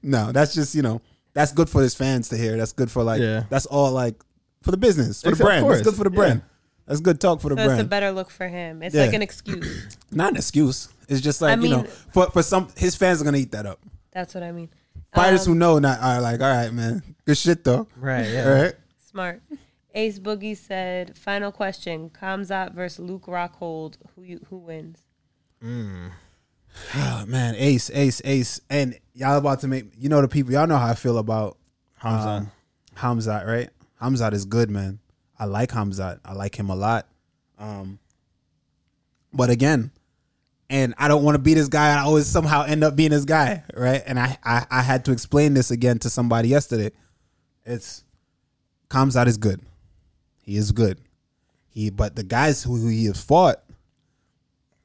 Speaker 2: No, that's just you know, that's good for his fans to hear. That's good for like,
Speaker 1: Yeah.
Speaker 2: that's all like for the business, for
Speaker 1: Of
Speaker 2: the brand.
Speaker 1: course,
Speaker 2: That's good for the
Speaker 1: yeah.
Speaker 2: brand. That's good talk for the
Speaker 3: So
Speaker 2: brand.
Speaker 3: it's a better look for him. It's
Speaker 2: Yeah.
Speaker 3: like an excuse.
Speaker 2: not an excuse. It's just like
Speaker 3: I
Speaker 2: you know,
Speaker 3: mean-
Speaker 2: for for some his fans are gonna eat that up.
Speaker 3: That's what I mean. Uh,
Speaker 2: Fighters
Speaker 3: um,
Speaker 2: who know not are like, all right, man, good shit though.
Speaker 1: right. Yeah.
Speaker 2: All right.
Speaker 3: Smart. Ace Boogie said, "Final question: Kamzat versus Luke Rockhold. Who you, who wins?
Speaker 2: Oh man, ace, ace, ace. And y'all about to make you know the people, y'all know how I feel about
Speaker 1: Hamza.
Speaker 2: um, Hamzat, right? Hamzat is good, man. I like Hamzat. I like him a lot. Um But again, and I don't want to be this guy. I always somehow end up being this guy, right? And I I, I had to explain this again to somebody yesterday. It's Kamzat is good. He is good. He but the guys who, who he has fought,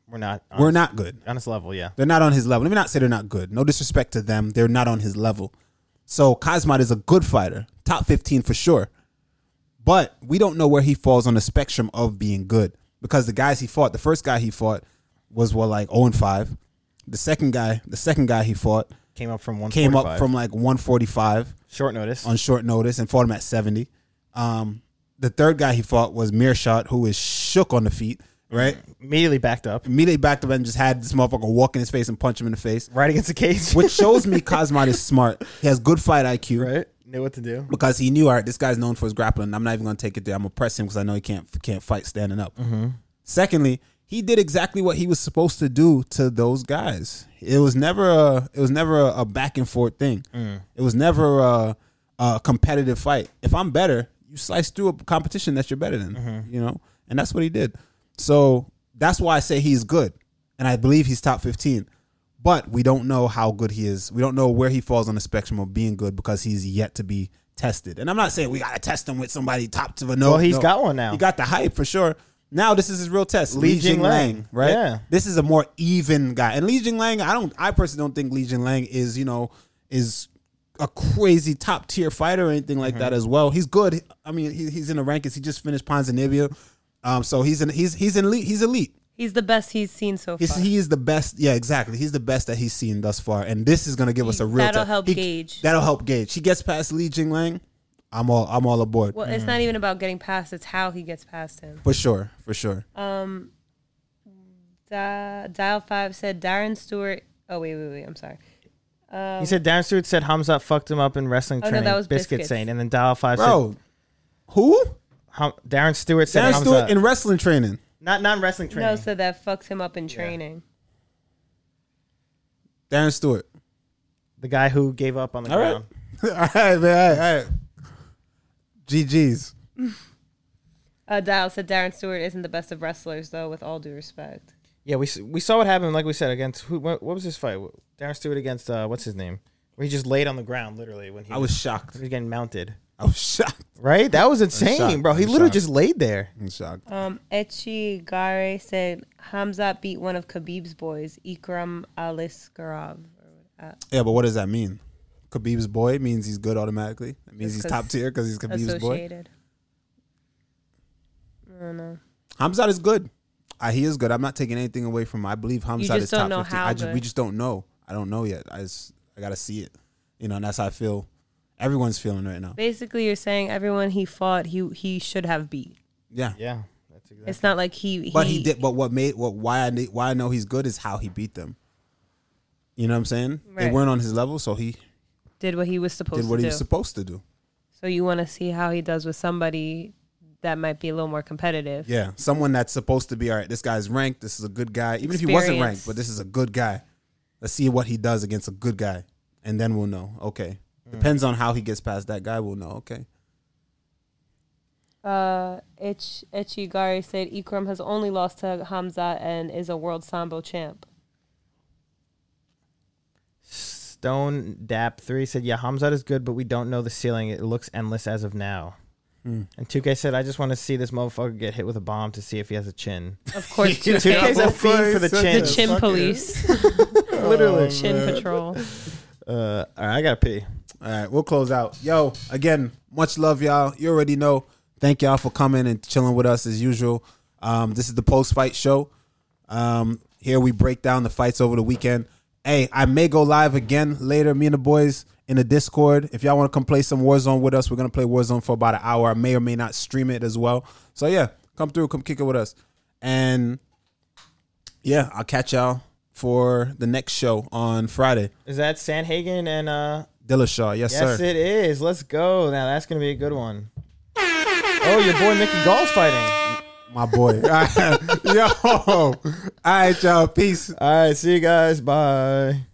Speaker 1: We're not. On
Speaker 2: were not good.
Speaker 1: on his level. Yeah.
Speaker 2: They're not on his level. Let me not say they're not good. No disrespect to them. They're not on his level. So Kazmat is a good fighter, top 15 for sure. But we don't know where he falls on the spectrum of being good because the guys he fought, the first guy he fought was well like 0 and 5. The second guy, the second guy he fought
Speaker 1: Came up from one.
Speaker 2: came up from like 145
Speaker 1: short notice.
Speaker 2: on short notice and fought him at 70. Um, the third guy he fought was Mearshot, who is shook on the feet, right?
Speaker 1: immediately backed up.
Speaker 2: Immediately backed up and just had this motherfucker walk in his face and punch him in the face
Speaker 1: Right against the cage.
Speaker 2: which shows me Cosmot is smart. He has good fight IQ
Speaker 1: right. Knew what to do.
Speaker 2: because he knew, all right, this guy's known for his grappling. I'm not even going to take it there. I'm going to press him because I know he can't can't fight standing up. Secondly, he did exactly what he was supposed to do to those guys. It was never a it was never a, a back and forth thing. It was never a, a competitive fight. If I'm better, you slice through a competition that you're better than, you know, and that's what he did. So that's why I say he's good, and I believe he's top 15. But we don't know how good he is. We don't know where he falls on the spectrum of being good because he's yet to be tested. And I'm not saying we gotta test him with somebody top to the no.
Speaker 1: Well, he's
Speaker 2: no.
Speaker 1: got one now.
Speaker 2: He got the hype for sure. Now this is his real test.
Speaker 1: Li
Speaker 2: Li, Jing
Speaker 1: Jing
Speaker 2: Lang,
Speaker 1: Lang,
Speaker 2: right?
Speaker 1: yeah.
Speaker 2: This is a more even guy. And Li Jing Lang, I don't I personally don't think Li Jing Lang is, you know, is a crazy top tier fighter or anything like that as well. He's good. I mean, he, he's in the rankings. He just finished Ponzinibbio. Um, so he's in he's he's in elite he's elite.
Speaker 3: He's the best he's seen so
Speaker 2: He's,
Speaker 3: far.
Speaker 2: he is the best. Yeah, exactly. He's the best that he's seen thus far, and this is gonna give us a real.
Speaker 3: That'll
Speaker 2: test.
Speaker 3: help
Speaker 2: He-
Speaker 3: gauge.
Speaker 2: That'll help gauge. He gets past Li Jinglang. I'm all. I'm all aboard
Speaker 3: well, it's not even about getting past; it's how he gets past him.
Speaker 2: for sure. For sure.
Speaker 3: Um, Di- Dial Five said Darren Stewart. Oh wait, wait, wait. I'm sorry.
Speaker 1: he said Darren Stewart said Hamzat fucked him up in wrestling
Speaker 3: Oh, no,
Speaker 1: training.
Speaker 3: that was
Speaker 1: Biscuit
Speaker 3: Biscuits.
Speaker 1: saying, and then Dial Five said
Speaker 2: Bro, who?
Speaker 1: Ham- Darren Stewart said
Speaker 2: Darren
Speaker 1: Hamzat.
Speaker 2: Stewart in wrestling training.
Speaker 1: not non wrestling training.
Speaker 3: No, so that fucks him up in training.
Speaker 2: Darren Stewart.
Speaker 1: the guy who gave up on the
Speaker 2: All right.
Speaker 1: ground.
Speaker 2: all right, man. All right, all right. GG's.
Speaker 3: Uh, Dial said Darren Stewart isn't the best of wrestlers, though, with all due respect.
Speaker 1: Yeah, we s- we saw what happened. Like we said, against who? What, what was this fight? Darren Stewart against uh, what's his name? Where he just laid on the ground literally when he
Speaker 2: I was shocked.
Speaker 1: he was getting mounted.
Speaker 2: I was shocked.
Speaker 1: Right, that was insane,
Speaker 2: shocked.
Speaker 1: bro. He
Speaker 2: I'm
Speaker 1: literally
Speaker 2: shocked.
Speaker 1: just laid there.
Speaker 2: I'm shocked.
Speaker 3: Um, Echi Gare said Hamzat beat one of Khabib's boys, Ikram Aliskarov.
Speaker 2: Yeah, but what does that mean? Khabib's boy means he's good automatically. That means
Speaker 3: Just
Speaker 2: he's
Speaker 3: 'cause
Speaker 2: top tier because he's Khabib's boy.
Speaker 3: Associated. I don't know.
Speaker 2: Hamzat is good. Uh, he is good. I'm not taking anything away from. him. I believe Hamzat
Speaker 3: just
Speaker 2: is
Speaker 3: don't
Speaker 2: top
Speaker 3: know
Speaker 2: 15.
Speaker 3: how
Speaker 2: I just, we
Speaker 3: good.
Speaker 2: just don't know. I don't know yet. I just, I gotta see it. You know, and that's how I feel. Everyone's feeling right now.
Speaker 3: Basically, you're saying everyone he fought, he he should have beat.
Speaker 2: Yeah.
Speaker 1: Yeah, that's exactly.
Speaker 3: It's not like he.
Speaker 2: But he did. But what made what why I need, why I know he's good is how he beat them. You know what I'm saying? They
Speaker 3: Right.
Speaker 2: weren't on his level, so he
Speaker 3: did what he was supposed
Speaker 2: did what
Speaker 3: to
Speaker 2: he
Speaker 3: do.
Speaker 2: was supposed to do.
Speaker 3: so you want to see how he does with somebody that might be a little more competitive.
Speaker 2: Yeah, someone that's supposed to be all right. This guy's ranked. This is a good guy. Even if he wasn't
Speaker 3: Experience.
Speaker 2: ranked, but this is a good guy. Let's see what he does against a good guy, and then we'll know. Okay,
Speaker 1: Mm.
Speaker 2: depends on how he gets past that guy. We'll know. Okay,
Speaker 3: Uh, Ich Ichigari said Ikram has only lost to Hamza and is a world sambo champ.
Speaker 1: Stone Dap Three said, "Yeah, Hamzat is good, but we don't know the ceiling. It looks endless as of now."
Speaker 2: Hmm.
Speaker 1: And 2K said, "I just want to see this motherfucker get hit with a bomb to see if he has a chin."
Speaker 3: Of course,
Speaker 1: 2K 's
Speaker 3: 2K.
Speaker 1: a fiend for the chin.
Speaker 3: the chin police,
Speaker 1: Literally.
Speaker 3: chin patrol.
Speaker 1: Uh, all right, I gotta pee.
Speaker 2: All right, we'll close out. Yo, again, much love, y'all. You already know. Thank y'all for coming and chilling with us as usual. Um, this is the post fight show. Um, here we break down the fights over the weekend. Hey, I may go live again later. Me and the boys in the Discord. If y'all want to come play some Warzone with us, we're gonna play Warzone for about an hour. I may or may not stream it as well. So yeah, come through, come kick it with us, and yeah, I'll catch y'all for the next show on Friday.
Speaker 1: Is that Sanhagen and uh?
Speaker 2: Dillashaw, yes,
Speaker 1: Yes,
Speaker 2: sir.
Speaker 1: it is. Let's go. Now that's gonna be a good one. Oh, your boy Mickey Gall's fighting.
Speaker 2: my boy. Yo, all right, y'all. Peace.
Speaker 1: All right, see you guys. Bye.